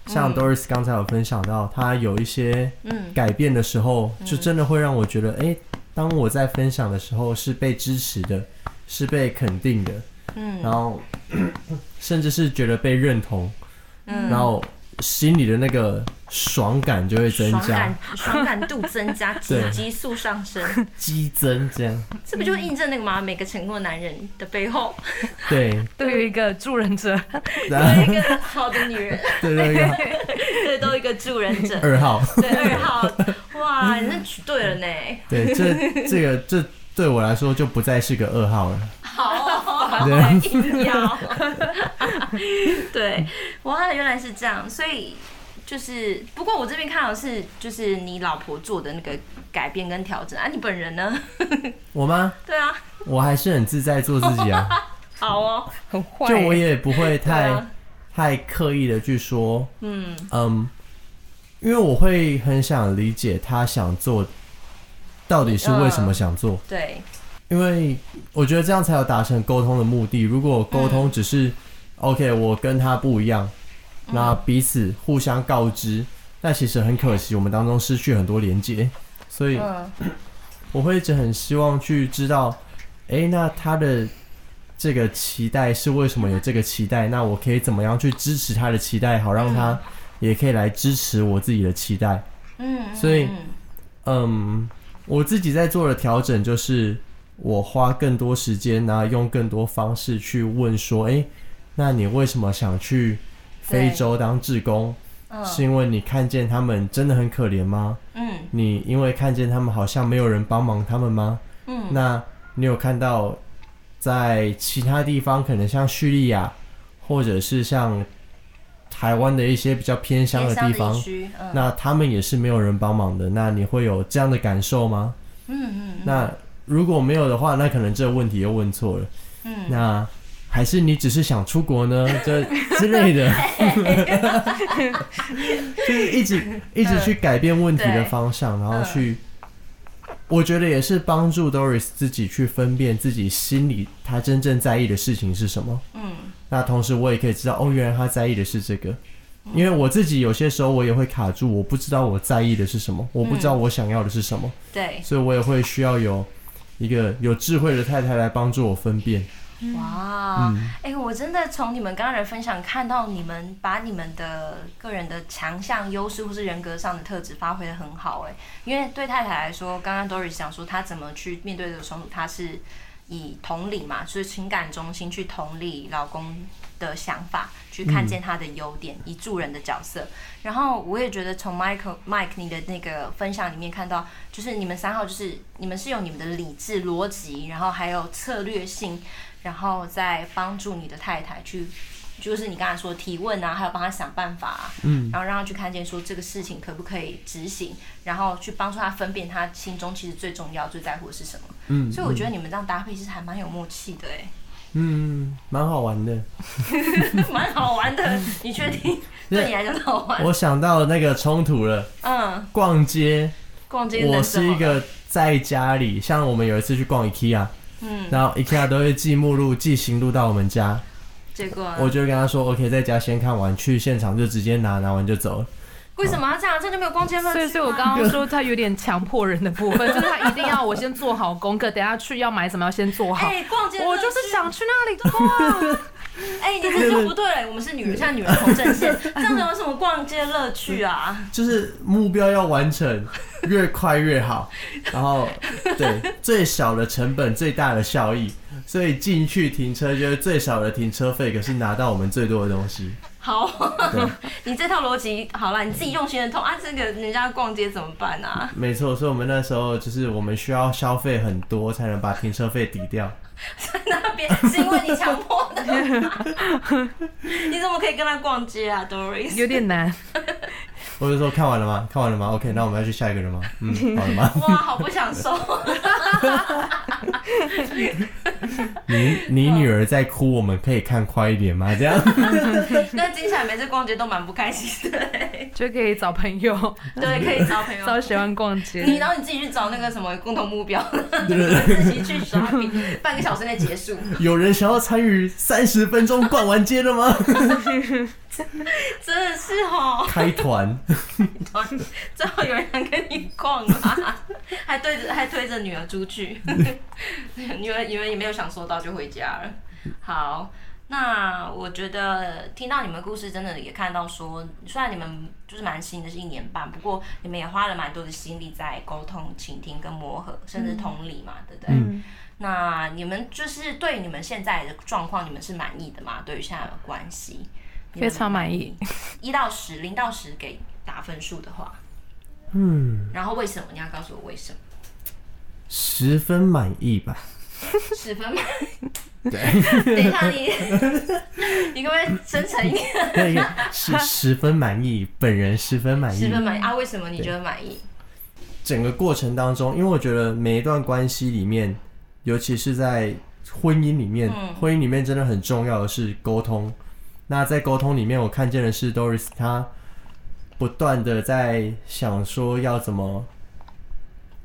[SPEAKER 2] 像 Doris 刚才有分享到，他有一些
[SPEAKER 1] 嗯
[SPEAKER 2] 改变的时候，就真的会让我觉得，诶，当我在分享的时候是被支持的，是被肯定的，然
[SPEAKER 1] 嗯
[SPEAKER 2] 后 (coughs) 甚至是觉得被认同，
[SPEAKER 1] 嗯，
[SPEAKER 2] 然后心里的那个爽感就会增
[SPEAKER 1] 爽
[SPEAKER 2] 加
[SPEAKER 1] 感，爽感度增加，
[SPEAKER 2] (laughs) 对
[SPEAKER 1] 体激素上升，
[SPEAKER 2] 激增这样。
[SPEAKER 1] 这不就印证那个吗？每个成功的男人的背后
[SPEAKER 2] 对，
[SPEAKER 3] 对于一个助人者，
[SPEAKER 1] 都有
[SPEAKER 2] 然
[SPEAKER 1] 一
[SPEAKER 2] 后
[SPEAKER 1] 个好的女人，
[SPEAKER 2] (laughs) 对对对，
[SPEAKER 1] 对，都有一个助人者，
[SPEAKER 2] 二号，
[SPEAKER 1] 对，二号，哇，你那取对了呢，
[SPEAKER 2] (laughs) 对，这这个这对我来说就不再是个二号了。
[SPEAKER 1] 好烦
[SPEAKER 2] 对
[SPEAKER 1] 硬要，对，哇，原来是这样，所以就是，不过我这边看到的是就是你老婆做的那个改变跟调整啊，你本人呢？
[SPEAKER 2] 我吗？
[SPEAKER 1] 对啊，
[SPEAKER 2] 我还是很自在做自己啊，
[SPEAKER 1] (laughs) 好哦，
[SPEAKER 3] 很坏
[SPEAKER 2] 就我也不会太、
[SPEAKER 1] 对啊
[SPEAKER 2] 太刻意的去说，
[SPEAKER 1] 嗯
[SPEAKER 2] 嗯，因为我会很想理解他想做到底是为什
[SPEAKER 1] 嗯
[SPEAKER 2] 么想做，
[SPEAKER 1] 对，
[SPEAKER 2] 因为我觉得这样才有达成沟通的目的。如果沟
[SPEAKER 1] 嗯
[SPEAKER 2] 通只是、OK，我跟他不一样，
[SPEAKER 1] 嗯
[SPEAKER 2] 那彼此互相告知，那其实很可惜，我们当中失去很多连接。所以
[SPEAKER 1] 嗯
[SPEAKER 2] 我会一直很希望去知道，诶，那他的这个期待是为什么有这个期待？那我可以怎么样去支持他的期待，好让他也可以来支持我自己的期待？
[SPEAKER 1] 嗯，
[SPEAKER 2] 所以
[SPEAKER 1] 嗯
[SPEAKER 2] 嗯，我自己在做的调整就是，我花更多时间呢、用更多方式去问说，诶，那你为什么想去非洲当志工？
[SPEAKER 1] 嗯
[SPEAKER 2] 是因为你看见他们真的很可怜吗？
[SPEAKER 1] 嗯
[SPEAKER 2] 你因为看见他们好像没有人帮忙他们吗？
[SPEAKER 1] 嗯
[SPEAKER 2] 那你有看到在其他地方，可能像叙利亚，或者是像台湾的一些比较偏乡
[SPEAKER 1] 偏
[SPEAKER 2] 的
[SPEAKER 1] 乡
[SPEAKER 2] 地
[SPEAKER 1] 的
[SPEAKER 2] 方
[SPEAKER 1] 地，区，嗯
[SPEAKER 2] 那他们也是没有人帮忙的。那你会有这样的感受吗？
[SPEAKER 1] 嗯嗯
[SPEAKER 2] 那如果没有的话，那可能这个问题又问错了。
[SPEAKER 1] 嗯，
[SPEAKER 2] 那还是你只是想出国
[SPEAKER 1] (laughs)
[SPEAKER 2] 呢，这之类的，就是一直一直去改变问题的
[SPEAKER 1] 嗯
[SPEAKER 2] 方向，然后去，我觉得也是帮助 Doris 自己去分辨自己心里他真正在意的事情是什么。
[SPEAKER 1] 嗯
[SPEAKER 2] 那同时我也可以知道，哦，原来他在意的是这个。因为我自己有些时候我也会卡住，我不知道我在意的是什么，我不知道我想要的是什么。
[SPEAKER 1] 对，
[SPEAKER 2] 所以我也会需要有一个有智慧的太太来帮助我分辨。
[SPEAKER 1] 嗯哇，哎、我真的从你们刚刚的分享看到，你们把你们的个人的强项、优势或是人格上的特质发挥的很好、哎，因为对太太来说，刚刚 Doris 讲说她怎么去面对这个冲突，她是以同理嘛，就是情感中心去同理老公的想法，去看见他的优点，以助人的角色。然后我也觉得从 Michael Mike 你的那个分享里面看到，就是你们三号就是你们是有你们的理智、逻辑，然后还有策略性，然后再帮助你的太太去。就是你刚才说提问啊，还有帮他想办法、啊，嗯，然后让他去看见说这个事情可不可以执行，然后去帮助他分辨他心中其实最重要、最在乎的是什么。
[SPEAKER 2] 嗯
[SPEAKER 1] 所以我觉得你们这样搭配其实还蛮有默契的哎、
[SPEAKER 2] 嗯，蛮好玩的。
[SPEAKER 1] (laughs) 蛮好玩的。你确定？对你来讲是好玩？
[SPEAKER 2] 嗯我想到那个冲突了，
[SPEAKER 1] 嗯，
[SPEAKER 2] 逛街，
[SPEAKER 1] 逛街
[SPEAKER 2] 我
[SPEAKER 1] 能怎
[SPEAKER 2] 是一
[SPEAKER 1] 么？
[SPEAKER 2] 个在家里，像我们有一次去逛 IKEA，
[SPEAKER 1] 嗯，
[SPEAKER 2] 然后 IKEA 都会寄目录、寄行录到我们家，
[SPEAKER 1] 结果呢
[SPEAKER 2] 我就跟他说 OK，在家先看完，去现场就直接拿，拿完就走了。
[SPEAKER 1] 为什么要这样？这样就没有逛街乐趣吗
[SPEAKER 3] 所以，所以我刚刚说他有点强迫人的部分，就是他一定要我先
[SPEAKER 1] 哎
[SPEAKER 3] 做好功课，等下去要买什么要先做好。
[SPEAKER 1] 哎，逛街乐趣
[SPEAKER 3] 我就是想去那里逛，
[SPEAKER 1] 哎，你这就不对了，我们是女人，像女人同阵
[SPEAKER 3] (laughs)
[SPEAKER 1] 线，这样有什么逛街乐趣啊？
[SPEAKER 2] 就是目标要完成，越快越好，然后对最小的成本最大的效益，所以进去停车就是最少的停车费，可是拿到我们最多的东西。
[SPEAKER 1] 好，
[SPEAKER 2] 对，
[SPEAKER 1] (laughs) 你这套逻辑好了，你自己用心的痛啊，这个人家逛街怎么办啊？ (laughs)
[SPEAKER 2] 没错，所以我们那时候就是我们需要消费很多才能把停车费抵掉。
[SPEAKER 1] 在那边是因为你强迫的 (laughs) 吗，你怎么可以跟他逛街啊，Doris？
[SPEAKER 3] 有点难。
[SPEAKER 2] 我就说看完了吗？看完了吗？OK，那我们要去下一个人吗？嗯，好了吗？
[SPEAKER 1] 哇，好不享受。 (laughs)
[SPEAKER 2] 你你女儿在哭，我们可以看快一点吗？这样 (laughs)
[SPEAKER 1] 那接下来每次逛街都蛮不开心的，
[SPEAKER 3] 就可以找朋友，
[SPEAKER 1] 对，可以找
[SPEAKER 3] (laughs)
[SPEAKER 1] 朋友。
[SPEAKER 3] 找喜欢逛街。
[SPEAKER 1] 你然后你自己去找那个什么共同目标， (laughs) 自己去 shopping，半个小时内结束，
[SPEAKER 2] 有人想要参与三十分钟逛完街的吗？
[SPEAKER 1] 真的是哦，
[SPEAKER 2] 开团，
[SPEAKER 1] 最后有人想跟你逛啊，还对着还推着女儿出去，女儿女儿也没有享受到就回家了。好，那我觉得听到你们故事，真的也看到说，虽然你们就是蛮新的，是一年半，不过你们也花了蛮多的心力在沟通、倾听跟磨合，甚至同理嘛，对不对？
[SPEAKER 2] 嗯
[SPEAKER 1] 那你们就是对你们现在的状况，你们是满意的吗？对于现在的关系，你们
[SPEAKER 3] 非常满意。
[SPEAKER 1] 一到十，零到十给打分数的话，
[SPEAKER 2] 嗯，
[SPEAKER 1] 然后为什么？你要告诉我为什么？
[SPEAKER 2] 十分满意吧？
[SPEAKER 1] 十分满。
[SPEAKER 2] 对，
[SPEAKER 1] (laughs) 等一下你，你可不可以真诚一点？
[SPEAKER 2] (laughs) 那个是十分满意，本人十分满
[SPEAKER 1] 十
[SPEAKER 2] 意。
[SPEAKER 1] 分满意啊？为什么你觉得满意？
[SPEAKER 2] 整个过程当中，因为我觉得每一段关系里面，尤其是在婚姻里面，
[SPEAKER 1] 嗯
[SPEAKER 2] 婚姻里面真的很重要的是沟通。那在沟通里面，我看见的是 Doris，她不断的在想说要怎么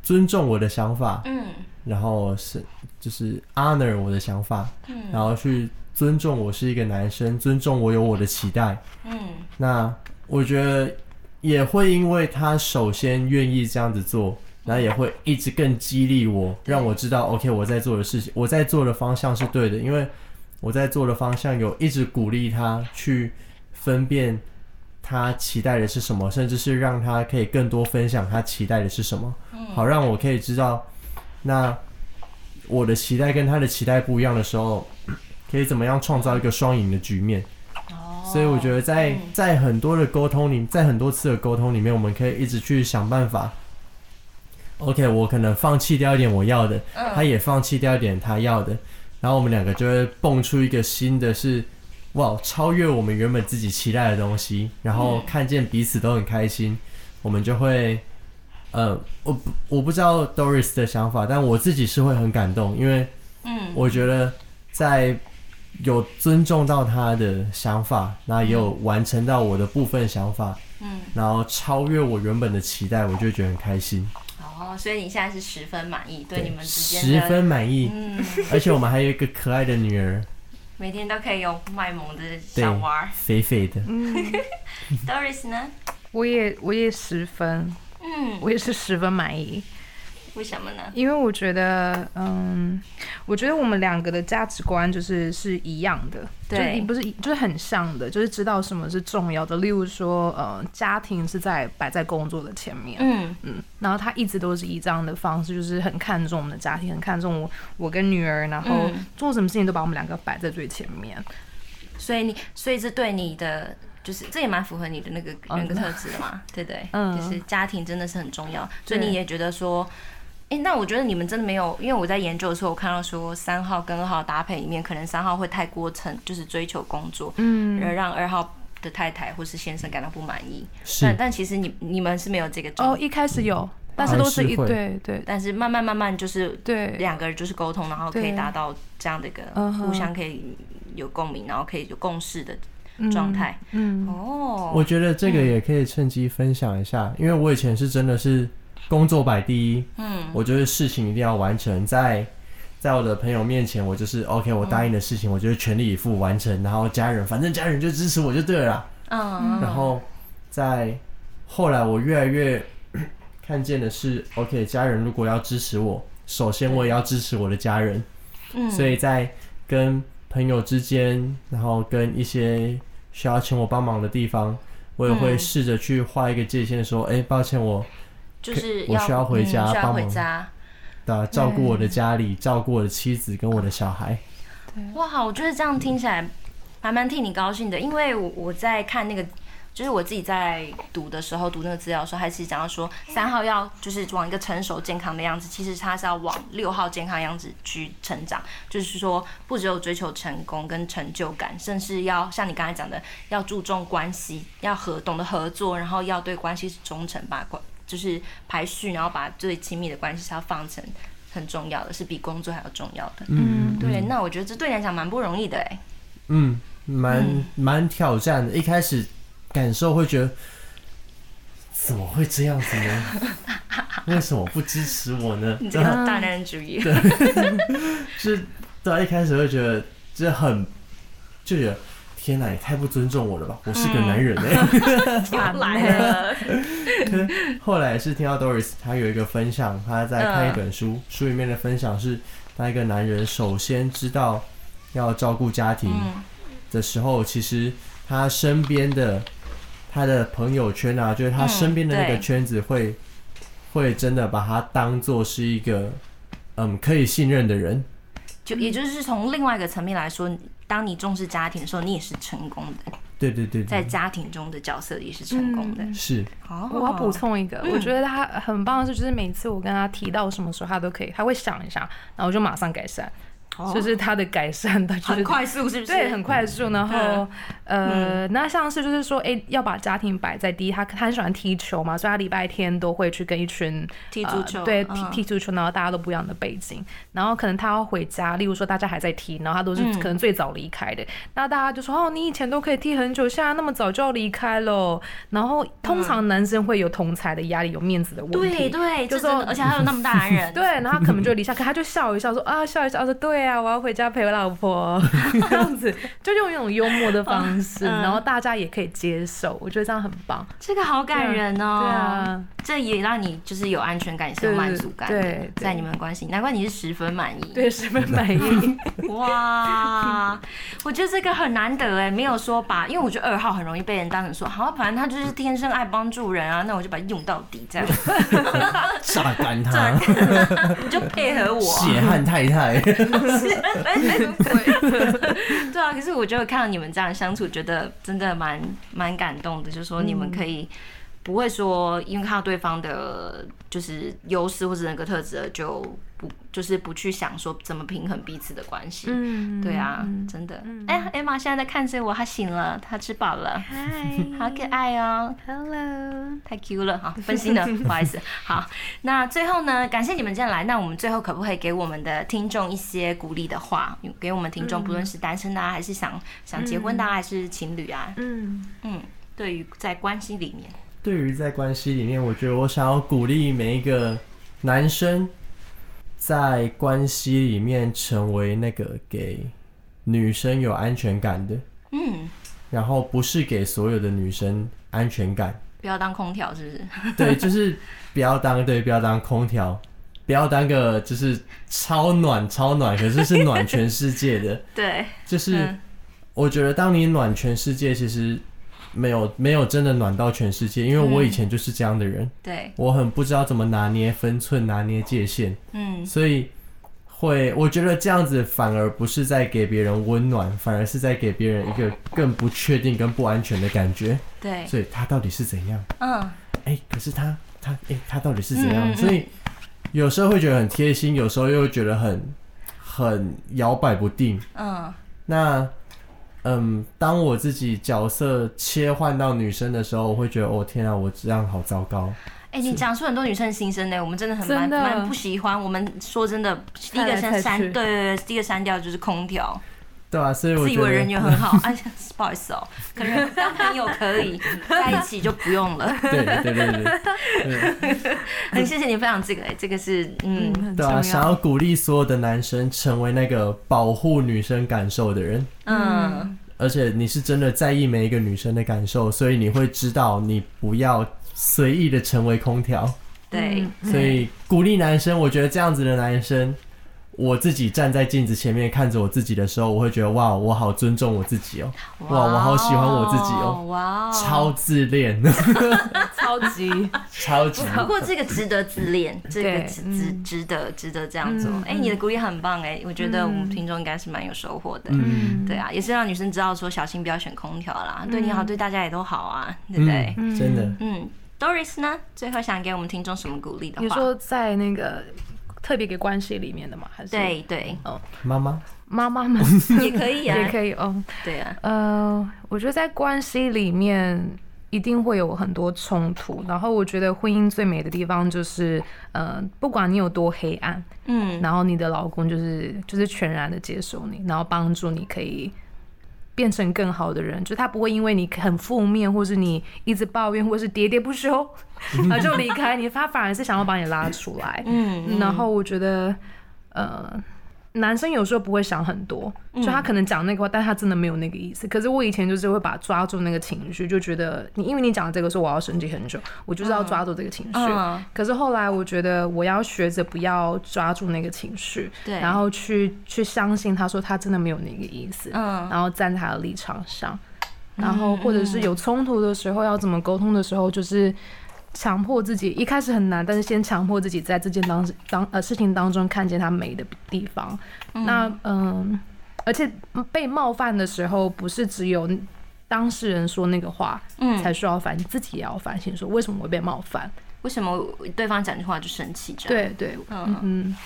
[SPEAKER 2] 尊重我的想法，
[SPEAKER 1] 嗯
[SPEAKER 2] 然后是就是 honor 我的想法，
[SPEAKER 1] 嗯
[SPEAKER 2] 然后去尊重我是一个男生，尊重我有我的期待。
[SPEAKER 1] 嗯
[SPEAKER 2] 那我觉得也会因为他首先愿意这样子做，然后也会一直更激励我，
[SPEAKER 1] 对
[SPEAKER 2] 让我知道 OK 我在做的事情，我在做的方向是对的，因为我在做的方向有一直鼓励他去分辨他期待的是什么，甚至是让他可以更多分享他期待的是什么，好让我可以知道那我的期待跟他的期待不一样的时候，可以怎么样创造一个双赢的局面。
[SPEAKER 1] 哦
[SPEAKER 2] 所以我觉得在、
[SPEAKER 1] 嗯
[SPEAKER 2] 在很多的沟通里，在很多次的沟通里面，我们可以一直去想办法。OK，我可能放弃掉一点我要的，他
[SPEAKER 1] 嗯
[SPEAKER 2] 也放弃掉一点他要的，然后我们两个就会蹦出一个新的是，哇，超越我们原本自己期待的东西，然后看见彼此都很开心，我们就会，呃，我不我不知道 Doris 的想法，但我自己是会很感动，因为
[SPEAKER 1] 嗯
[SPEAKER 2] 我觉得在有尊重到他的想法，那也有完成到我的部分想法，
[SPEAKER 1] 嗯
[SPEAKER 2] 然后超越我原本的期待，我就觉得很开心。
[SPEAKER 1] 哦，所以你现在是十分满意，对你们之间
[SPEAKER 2] 十
[SPEAKER 1] 的
[SPEAKER 2] 分满意，
[SPEAKER 1] 嗯，
[SPEAKER 2] 而且我们还有一个可爱的女儿，
[SPEAKER 1] 每天都可以有卖萌的 (laughs)
[SPEAKER 2] 对
[SPEAKER 1] 小娃儿。，
[SPEAKER 2] 肥肥的，
[SPEAKER 1] 嗯 Doris 呢？
[SPEAKER 3] 我也我也十分，
[SPEAKER 1] 嗯，
[SPEAKER 3] 我也是十分满意，
[SPEAKER 1] 为什么呢？
[SPEAKER 3] 因为我觉得，嗯，我觉得我们两个的价值观就是是一样的，
[SPEAKER 1] 对
[SPEAKER 3] 就是你不是一就是很像的，就是知道什么是重要的。例如说，呃，家庭是在摆在工作的前面，
[SPEAKER 1] 嗯
[SPEAKER 3] 嗯，然后他一直都是以这样的方式，就是很看重我们的家庭，很看重我我跟女儿，然后
[SPEAKER 1] 嗯
[SPEAKER 3] 做什么事情都把我们两个摆在最前面。
[SPEAKER 1] 所以你，所以这对你的，就是这也蛮符合你的那个
[SPEAKER 3] 哦
[SPEAKER 1] 人格特质的
[SPEAKER 3] (laughs)
[SPEAKER 1] 嘛，对不对？
[SPEAKER 3] 嗯
[SPEAKER 1] 就是家庭真的是很重要，所以
[SPEAKER 3] 对
[SPEAKER 1] 你也觉得说，诶，那我觉得你们真的没有，因为我在研究的时候，我看到说三号跟二号搭配里面，可能三号会太过程就是追求工作，
[SPEAKER 3] 嗯，
[SPEAKER 1] 而让二号的太太或是先生感到不满意。但
[SPEAKER 2] 是
[SPEAKER 1] 但其实你你们是没有这个状
[SPEAKER 3] 嗯哦，一开始有，但是
[SPEAKER 2] 还
[SPEAKER 3] 都是
[SPEAKER 2] 是
[SPEAKER 3] 一
[SPEAKER 2] 会
[SPEAKER 3] 对对
[SPEAKER 1] 但是慢慢慢慢就是
[SPEAKER 3] 对，
[SPEAKER 1] 两个人就是沟通，然后可以
[SPEAKER 3] 对
[SPEAKER 1] 达到这样的一个
[SPEAKER 3] 嗯哼
[SPEAKER 1] 互相可以有共鸣，然后可以有共识的状态。
[SPEAKER 3] 嗯，嗯，
[SPEAKER 1] 哦，
[SPEAKER 2] 我觉得这个也可以趁机分享一下，因为我以前是真的是工作摆第一，
[SPEAKER 1] 嗯
[SPEAKER 2] 我觉得事情一定要完成，在在我的朋友面前，我就是
[SPEAKER 1] 嗯
[SPEAKER 2] OK，我答应的事情，我就是全力以赴完成，然后家人，反正家人就支持我就对了啦。
[SPEAKER 1] 嗯，
[SPEAKER 2] 然后在后来，我越来越 (coughs) 看见的是，OK，家人如果要支持我，首先我也要支持我的家人，
[SPEAKER 1] 嗯
[SPEAKER 2] 所以在跟朋友之间，然后跟一些需要请我帮忙的地方，我也会
[SPEAKER 1] 嗯
[SPEAKER 2] 试着去画一个界限，说，哎、抱歉我，
[SPEAKER 1] 就是
[SPEAKER 2] 我
[SPEAKER 1] 要
[SPEAKER 2] 需要回
[SPEAKER 1] 嗯
[SPEAKER 2] 家
[SPEAKER 1] 需要
[SPEAKER 2] 帮
[SPEAKER 1] 回
[SPEAKER 2] 忙
[SPEAKER 1] 家。
[SPEAKER 2] 对啊，照顾我的家里，照顾我的妻子跟我的小孩。
[SPEAKER 1] 哇，我觉得这样听起来还蛮替你高兴的，因为我我在看那个，就是我自己在读的时候，读那个资料的时候，还是讲到说三号要就是往一个成熟健康的样子，其实他是要往六号健康的样子去成长，就是说不只有追求成功跟成就感，甚至要像你刚才讲的，要注重关系，要和懂得合作，然后要对关系忠诚，把关就是排序，然后把最亲密的关系是要放成很重要的，是比工作还要重要的。
[SPEAKER 3] 嗯
[SPEAKER 1] 对，那我觉得这对你来讲蛮不容易的哎。
[SPEAKER 2] 嗯，蛮
[SPEAKER 1] 嗯
[SPEAKER 2] 蛮挑战的。一开始感受会觉得，怎么会这样子 (laughs) 呢？为什么不支持我呢？
[SPEAKER 1] 你这
[SPEAKER 2] 这
[SPEAKER 1] 个
[SPEAKER 3] 啊
[SPEAKER 1] 大男人主义，
[SPEAKER 2] 是对啊，一开始会觉得这很就觉得。天哪，也太不尊重我了吧！我是个男人哎、
[SPEAKER 1] (laughs) 又
[SPEAKER 3] 来
[SPEAKER 1] 了。
[SPEAKER 2] 后来是听到 Doris 她有一个分享，她在看
[SPEAKER 1] 嗯
[SPEAKER 2] 一本书，书里面的分享是，当一个男人首先知道要照顾家庭，
[SPEAKER 1] 嗯
[SPEAKER 2] 的时候，其实他身边的他的朋友圈啊，就是他
[SPEAKER 1] 嗯
[SPEAKER 2] 身边的那个
[SPEAKER 1] 对
[SPEAKER 2] 圈子会，会真的把他当做是一个嗯可以信任的人。
[SPEAKER 1] 就也就是从另外一个层面来说，当你重视家庭的时候，你也是成功的，
[SPEAKER 2] 对对对
[SPEAKER 1] 在
[SPEAKER 2] 对，
[SPEAKER 1] 家庭中的角色也是成功的。 (laughs)
[SPEAKER 2] 是
[SPEAKER 1] 哦，
[SPEAKER 3] 嗯我要补充一个，
[SPEAKER 1] 嗯
[SPEAKER 3] 我觉得他很棒的是，就是每次我跟他提到什么时候，他都可以，他会想一下，然后就马上改善，
[SPEAKER 1] 哦
[SPEAKER 3] 就是他的改善，他就是
[SPEAKER 1] 很快速，是不嗯是？
[SPEAKER 3] 对，很快速。然后，呃，那像是就是说，哎、要把家庭摆在第一。他他很喜欢踢球嘛，所以他礼拜天都会去跟一群
[SPEAKER 1] 踢
[SPEAKER 3] 呃
[SPEAKER 1] 足球
[SPEAKER 3] 对，
[SPEAKER 1] 嗯
[SPEAKER 3] 踢踢足球，然后大家都不一样的背景。然后可能他要回家，例如说大家还在踢，然后他都是
[SPEAKER 1] 嗯
[SPEAKER 3] 可能最早离开的。那大家就说，哦，你以前都可以踢很久，现在那么早就要离开了。然后通常男生会有同才的压力，有面子的问题。
[SPEAKER 1] 嗯对对，
[SPEAKER 3] 就
[SPEAKER 1] 就
[SPEAKER 3] 说
[SPEAKER 1] 真的，而且还有那么大男人，
[SPEAKER 3] (laughs) 对，然后他可能就离下，可他就笑一笑说啊，笑一笑说对啊，我要回家陪我老婆， (laughs) 这样子就用一种幽默的方式，
[SPEAKER 1] 嗯
[SPEAKER 3] 然后大家也可以接受，我觉得这样很棒。
[SPEAKER 1] 这个好感人哦。
[SPEAKER 3] 对啊，
[SPEAKER 1] 这也让你就是有安全感，也是有
[SPEAKER 3] 对
[SPEAKER 1] 满足感的
[SPEAKER 3] 对对
[SPEAKER 1] 在你们关系，难怪你是十分满意。
[SPEAKER 3] 对，十
[SPEAKER 1] (laughs)
[SPEAKER 3] 分满意。
[SPEAKER 1] 哇，我觉得这个很难得哎，没有说把，因为我觉得二号很容易被人当成说，好，反正他就是天生爱帮助人啊，那我就把它用到底这 (laughs) 样，
[SPEAKER 2] 榨干
[SPEAKER 1] 这样 (laughs)
[SPEAKER 2] 他，
[SPEAKER 1] 你就配合我啊，
[SPEAKER 2] 血汗太太。
[SPEAKER 1] (laughs) 对啊。可是我觉得看到你们这样相处，觉得真的蛮蛮感动的，就是说你们可以。不会说，因为看到对方的，就是优势或者人格特质了，就不就是不去想说怎么平衡彼此的关系。
[SPEAKER 3] 嗯
[SPEAKER 1] 对啊，真的。哎、呀 e m m a 现在在看着我，她醒了，她吃饱了，好可爱哦、
[SPEAKER 3] ，Hello，
[SPEAKER 1] 太 Q 了
[SPEAKER 3] (laughs)
[SPEAKER 1] 哈，分心了，不好意思。好，那最后呢，感谢你们今天来。那我们最后可不可以给我们的听众一些鼓励的话？给我们听
[SPEAKER 3] 嗯
[SPEAKER 1] 众，不论是单身的、啊，还是想想结婚的、啊，还是情侣啊，
[SPEAKER 3] 嗯，
[SPEAKER 1] 嗯，对于在关系里面，
[SPEAKER 2] 对于在关系里面，我觉得我想要鼓励每一个男生，在关系里面成为那个给女生有安全感的，
[SPEAKER 1] 嗯，
[SPEAKER 2] 然后不是给所有的女生安全感。
[SPEAKER 1] 不要当空调，是不是？
[SPEAKER 2] 对，就是不要当对，不要当空调，不要当个就是超暖超暖，可是是暖全世界的。
[SPEAKER 1] 对，
[SPEAKER 2] 就是
[SPEAKER 1] 嗯
[SPEAKER 2] 我觉得，当你暖全世界，其实没有没有真的暖到全世界，因为我以前就是这样的人，
[SPEAKER 1] 对，
[SPEAKER 2] 我很不知道怎么拿捏分寸、拿捏界限，
[SPEAKER 1] 嗯，
[SPEAKER 2] 所以。会，我觉得这样子反而不是在给别人温暖，反而是在给别人一个更不确定、跟不安全的感觉。
[SPEAKER 1] 对，
[SPEAKER 2] 所以他到底是怎样？
[SPEAKER 1] 嗯，
[SPEAKER 2] 哎、可是他他哎、他到底是怎
[SPEAKER 1] 嗯
[SPEAKER 2] 样？
[SPEAKER 1] 嗯嗯
[SPEAKER 2] 所以有时候会觉得很贴心，有时候又觉得很很摇摆不定。
[SPEAKER 1] 嗯，
[SPEAKER 2] 那嗯，当我自己角色切换到女生的时候，我会觉得哦天啊，我这样好糟糕。
[SPEAKER 1] 哎、你讲出很多女生的心声呢，我们真的很蛮
[SPEAKER 3] 真的
[SPEAKER 1] 蛮不喜欢。我们说真的，第一
[SPEAKER 3] 来
[SPEAKER 1] 个
[SPEAKER 3] 菜
[SPEAKER 1] 先
[SPEAKER 3] 去
[SPEAKER 1] 删，对对对，第一个删掉就是空调，
[SPEAKER 2] 对啊，所以我
[SPEAKER 1] 自以
[SPEAKER 2] 觉
[SPEAKER 1] 为人
[SPEAKER 2] 得
[SPEAKER 1] 缘很
[SPEAKER 2] (laughs)
[SPEAKER 1] 好。哎、不好意思哦、可能当朋友可以，在一起就不用
[SPEAKER 3] (laughs)
[SPEAKER 1] 了。
[SPEAKER 2] 对对对对对
[SPEAKER 1] 很谢谢你分享这个，哎这个是嗯，
[SPEAKER 3] 很
[SPEAKER 2] 对
[SPEAKER 3] 重
[SPEAKER 2] 啊，
[SPEAKER 3] 要。
[SPEAKER 2] 想要鼓励所有的男生成为那个保护女生感受的人，
[SPEAKER 1] 嗯，
[SPEAKER 2] 而且你是真的在意每一个女生的感受，所以你会知道你不要随意的成为空调。
[SPEAKER 1] 对，
[SPEAKER 3] 嗯
[SPEAKER 2] 所以鼓励男生，我觉得这样子的男生，我自己站在镜子前面看着我自己的时候，我会觉得哇，我好尊重我自己哦，哇，我好喜欢我自己哦，
[SPEAKER 1] 哇哦，
[SPEAKER 2] 超自恋，
[SPEAKER 3] 超级
[SPEAKER 2] (laughs) 超级。
[SPEAKER 1] 不过这个值得自
[SPEAKER 3] (laughs)
[SPEAKER 1] 恋，这个
[SPEAKER 3] 对
[SPEAKER 1] 值
[SPEAKER 3] 嗯
[SPEAKER 1] 值值得值得这样做
[SPEAKER 3] 嗯。
[SPEAKER 1] 哎，你的鼓励很棒哎，我觉得我们听众应该是蛮有收获的。
[SPEAKER 2] 嗯
[SPEAKER 1] 对啊，也是让女生知道说小心不要选空调啦，
[SPEAKER 3] 嗯
[SPEAKER 1] 对你好，对大家也都好啊，对不对？
[SPEAKER 2] 嗯，真的，
[SPEAKER 1] 嗯，Doris 呢，最后想给我们听众什么鼓励的
[SPEAKER 3] (laughs) 你
[SPEAKER 1] 话？
[SPEAKER 3] 说在那个特别给关系里面的吗？还是
[SPEAKER 1] 对
[SPEAKER 3] (laughs)
[SPEAKER 1] 对，
[SPEAKER 2] 妈妈，
[SPEAKER 3] 妈妈 (laughs) 们
[SPEAKER 1] 也可以啊，
[SPEAKER 3] 也可以哦。
[SPEAKER 1] 对啊，
[SPEAKER 3] 呃，我觉得在关系里面一定会有很多冲突，然后我觉得婚姻最美的地方就是，呃，不管你有多黑暗，
[SPEAKER 1] 嗯，
[SPEAKER 3] 然后你的老公就是就是全然的接受你，然后帮助你可以。变成更好的人，就他不会因为你很负面，或是你一直抱怨，或是喋喋
[SPEAKER 1] (laughs)
[SPEAKER 3] 不休，然后就离开你，他反而是想要把你拉出来。
[SPEAKER 1] 嗯，
[SPEAKER 3] 然后我觉得，呃，男生有时候不会想很多，
[SPEAKER 1] 嗯
[SPEAKER 3] 就他可能讲那个话，但他真的没有那个意思。可是我以前就是会把抓住那个情绪，就觉得你因为你讲了这个说我要生气很久，我就是要抓住这个情绪。
[SPEAKER 1] 嗯
[SPEAKER 3] 可是后来我觉得我要学着不要抓住那个情绪，
[SPEAKER 1] 对
[SPEAKER 3] 然后去去相信他说他真的没有那个意思，
[SPEAKER 1] 嗯
[SPEAKER 3] 然后站在他的立场上。然后，或者是有冲突的时候，要怎么沟通的时候，就是强迫自己，一开始很难，但是先强迫自己在这件当当呃事情当中看见它美的地方。那嗯、而且被冒犯的时候，不是只有当事人说那个话，
[SPEAKER 1] 嗯
[SPEAKER 3] 才需要反省，自己也要反省，说为什么会被冒犯？
[SPEAKER 1] 为什么对方讲句话就生气这样？
[SPEAKER 3] 对对，
[SPEAKER 1] 嗯
[SPEAKER 3] 嗯嗯，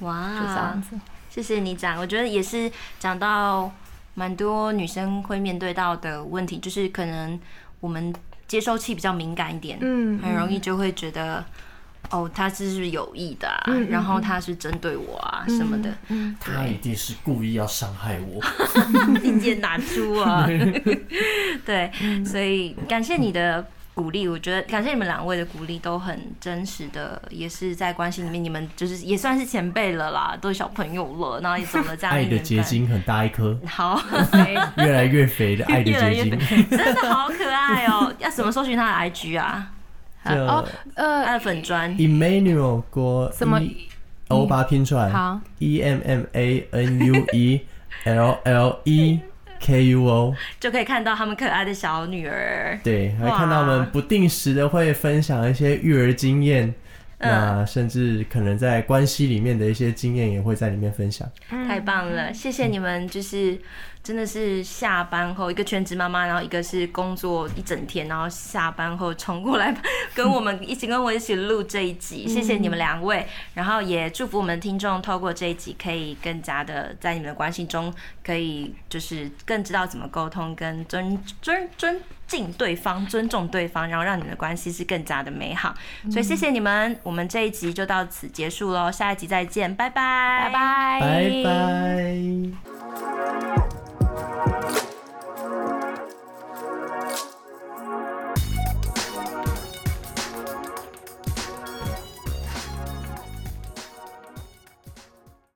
[SPEAKER 1] 哇，
[SPEAKER 3] 就这样子。
[SPEAKER 1] 谢谢你讲，我觉得也是讲到蛮多女生会面对到的问题，就是可能我们接收器比较敏感一点，
[SPEAKER 3] 嗯
[SPEAKER 1] 很容易就会觉得。哦，他是不是有意的啊？
[SPEAKER 3] 嗯嗯嗯
[SPEAKER 1] 然后他是针对我啊、什么的，
[SPEAKER 2] 他一定是故意要伤害我。
[SPEAKER 3] 嗯
[SPEAKER 1] 意见拿出
[SPEAKER 3] (laughs)
[SPEAKER 1] 啊。 (laughs) 对，
[SPEAKER 3] 嗯
[SPEAKER 1] 所以感谢你的鼓励，我觉得感谢你们两位的鼓励都很真实的，也是在关系里面，你们就是也算是前辈了啦，都是小朋友了，然后也走了这样一
[SPEAKER 2] 爱的
[SPEAKER 1] 年
[SPEAKER 2] 结
[SPEAKER 1] 半。
[SPEAKER 2] 晶很大一颗，
[SPEAKER 1] 好，
[SPEAKER 2] 越来越
[SPEAKER 1] (laughs)
[SPEAKER 2] 肥的爱的
[SPEAKER 1] 越来
[SPEAKER 2] 结
[SPEAKER 1] 越
[SPEAKER 2] 晶。
[SPEAKER 1] 真的好可爱
[SPEAKER 2] (laughs)
[SPEAKER 1] 哦！要怎么搜寻他的 IG 啊？
[SPEAKER 2] 这
[SPEAKER 3] 哦，呃，
[SPEAKER 1] 他的粉砖
[SPEAKER 2] Emmanuel 国
[SPEAKER 3] 怎么？
[SPEAKER 2] 一哦欧巴拼出来，
[SPEAKER 3] 好
[SPEAKER 2] ，E M M A N U E L L E K U O，
[SPEAKER 1] 就可以看到他们可爱的小女儿。
[SPEAKER 2] 对，还
[SPEAKER 1] 哇
[SPEAKER 2] 看到我们不定时的会分享一些育儿经验。那甚至可能在关系里面的一些经验也会在里面分享。
[SPEAKER 1] 太棒了，谢谢你们！就是真的是下班后，一个全职妈妈，然后一个是工作一整天，然后下班后冲过来 (laughs) 跟我们一起跟我一起录这一集，谢谢你们两位，然后也祝福我们的听众透过这一集可以更加的在你们的关系中可以就是更知道怎么沟通跟尊尊尊敬对方、尊重对方，然后让你们的关系是更加的美好。所以谢谢你们，我们这一
[SPEAKER 3] 哎
[SPEAKER 1] 集就到此结束喽，下一集再见，拜拜，
[SPEAKER 3] 拜拜
[SPEAKER 2] 拜拜。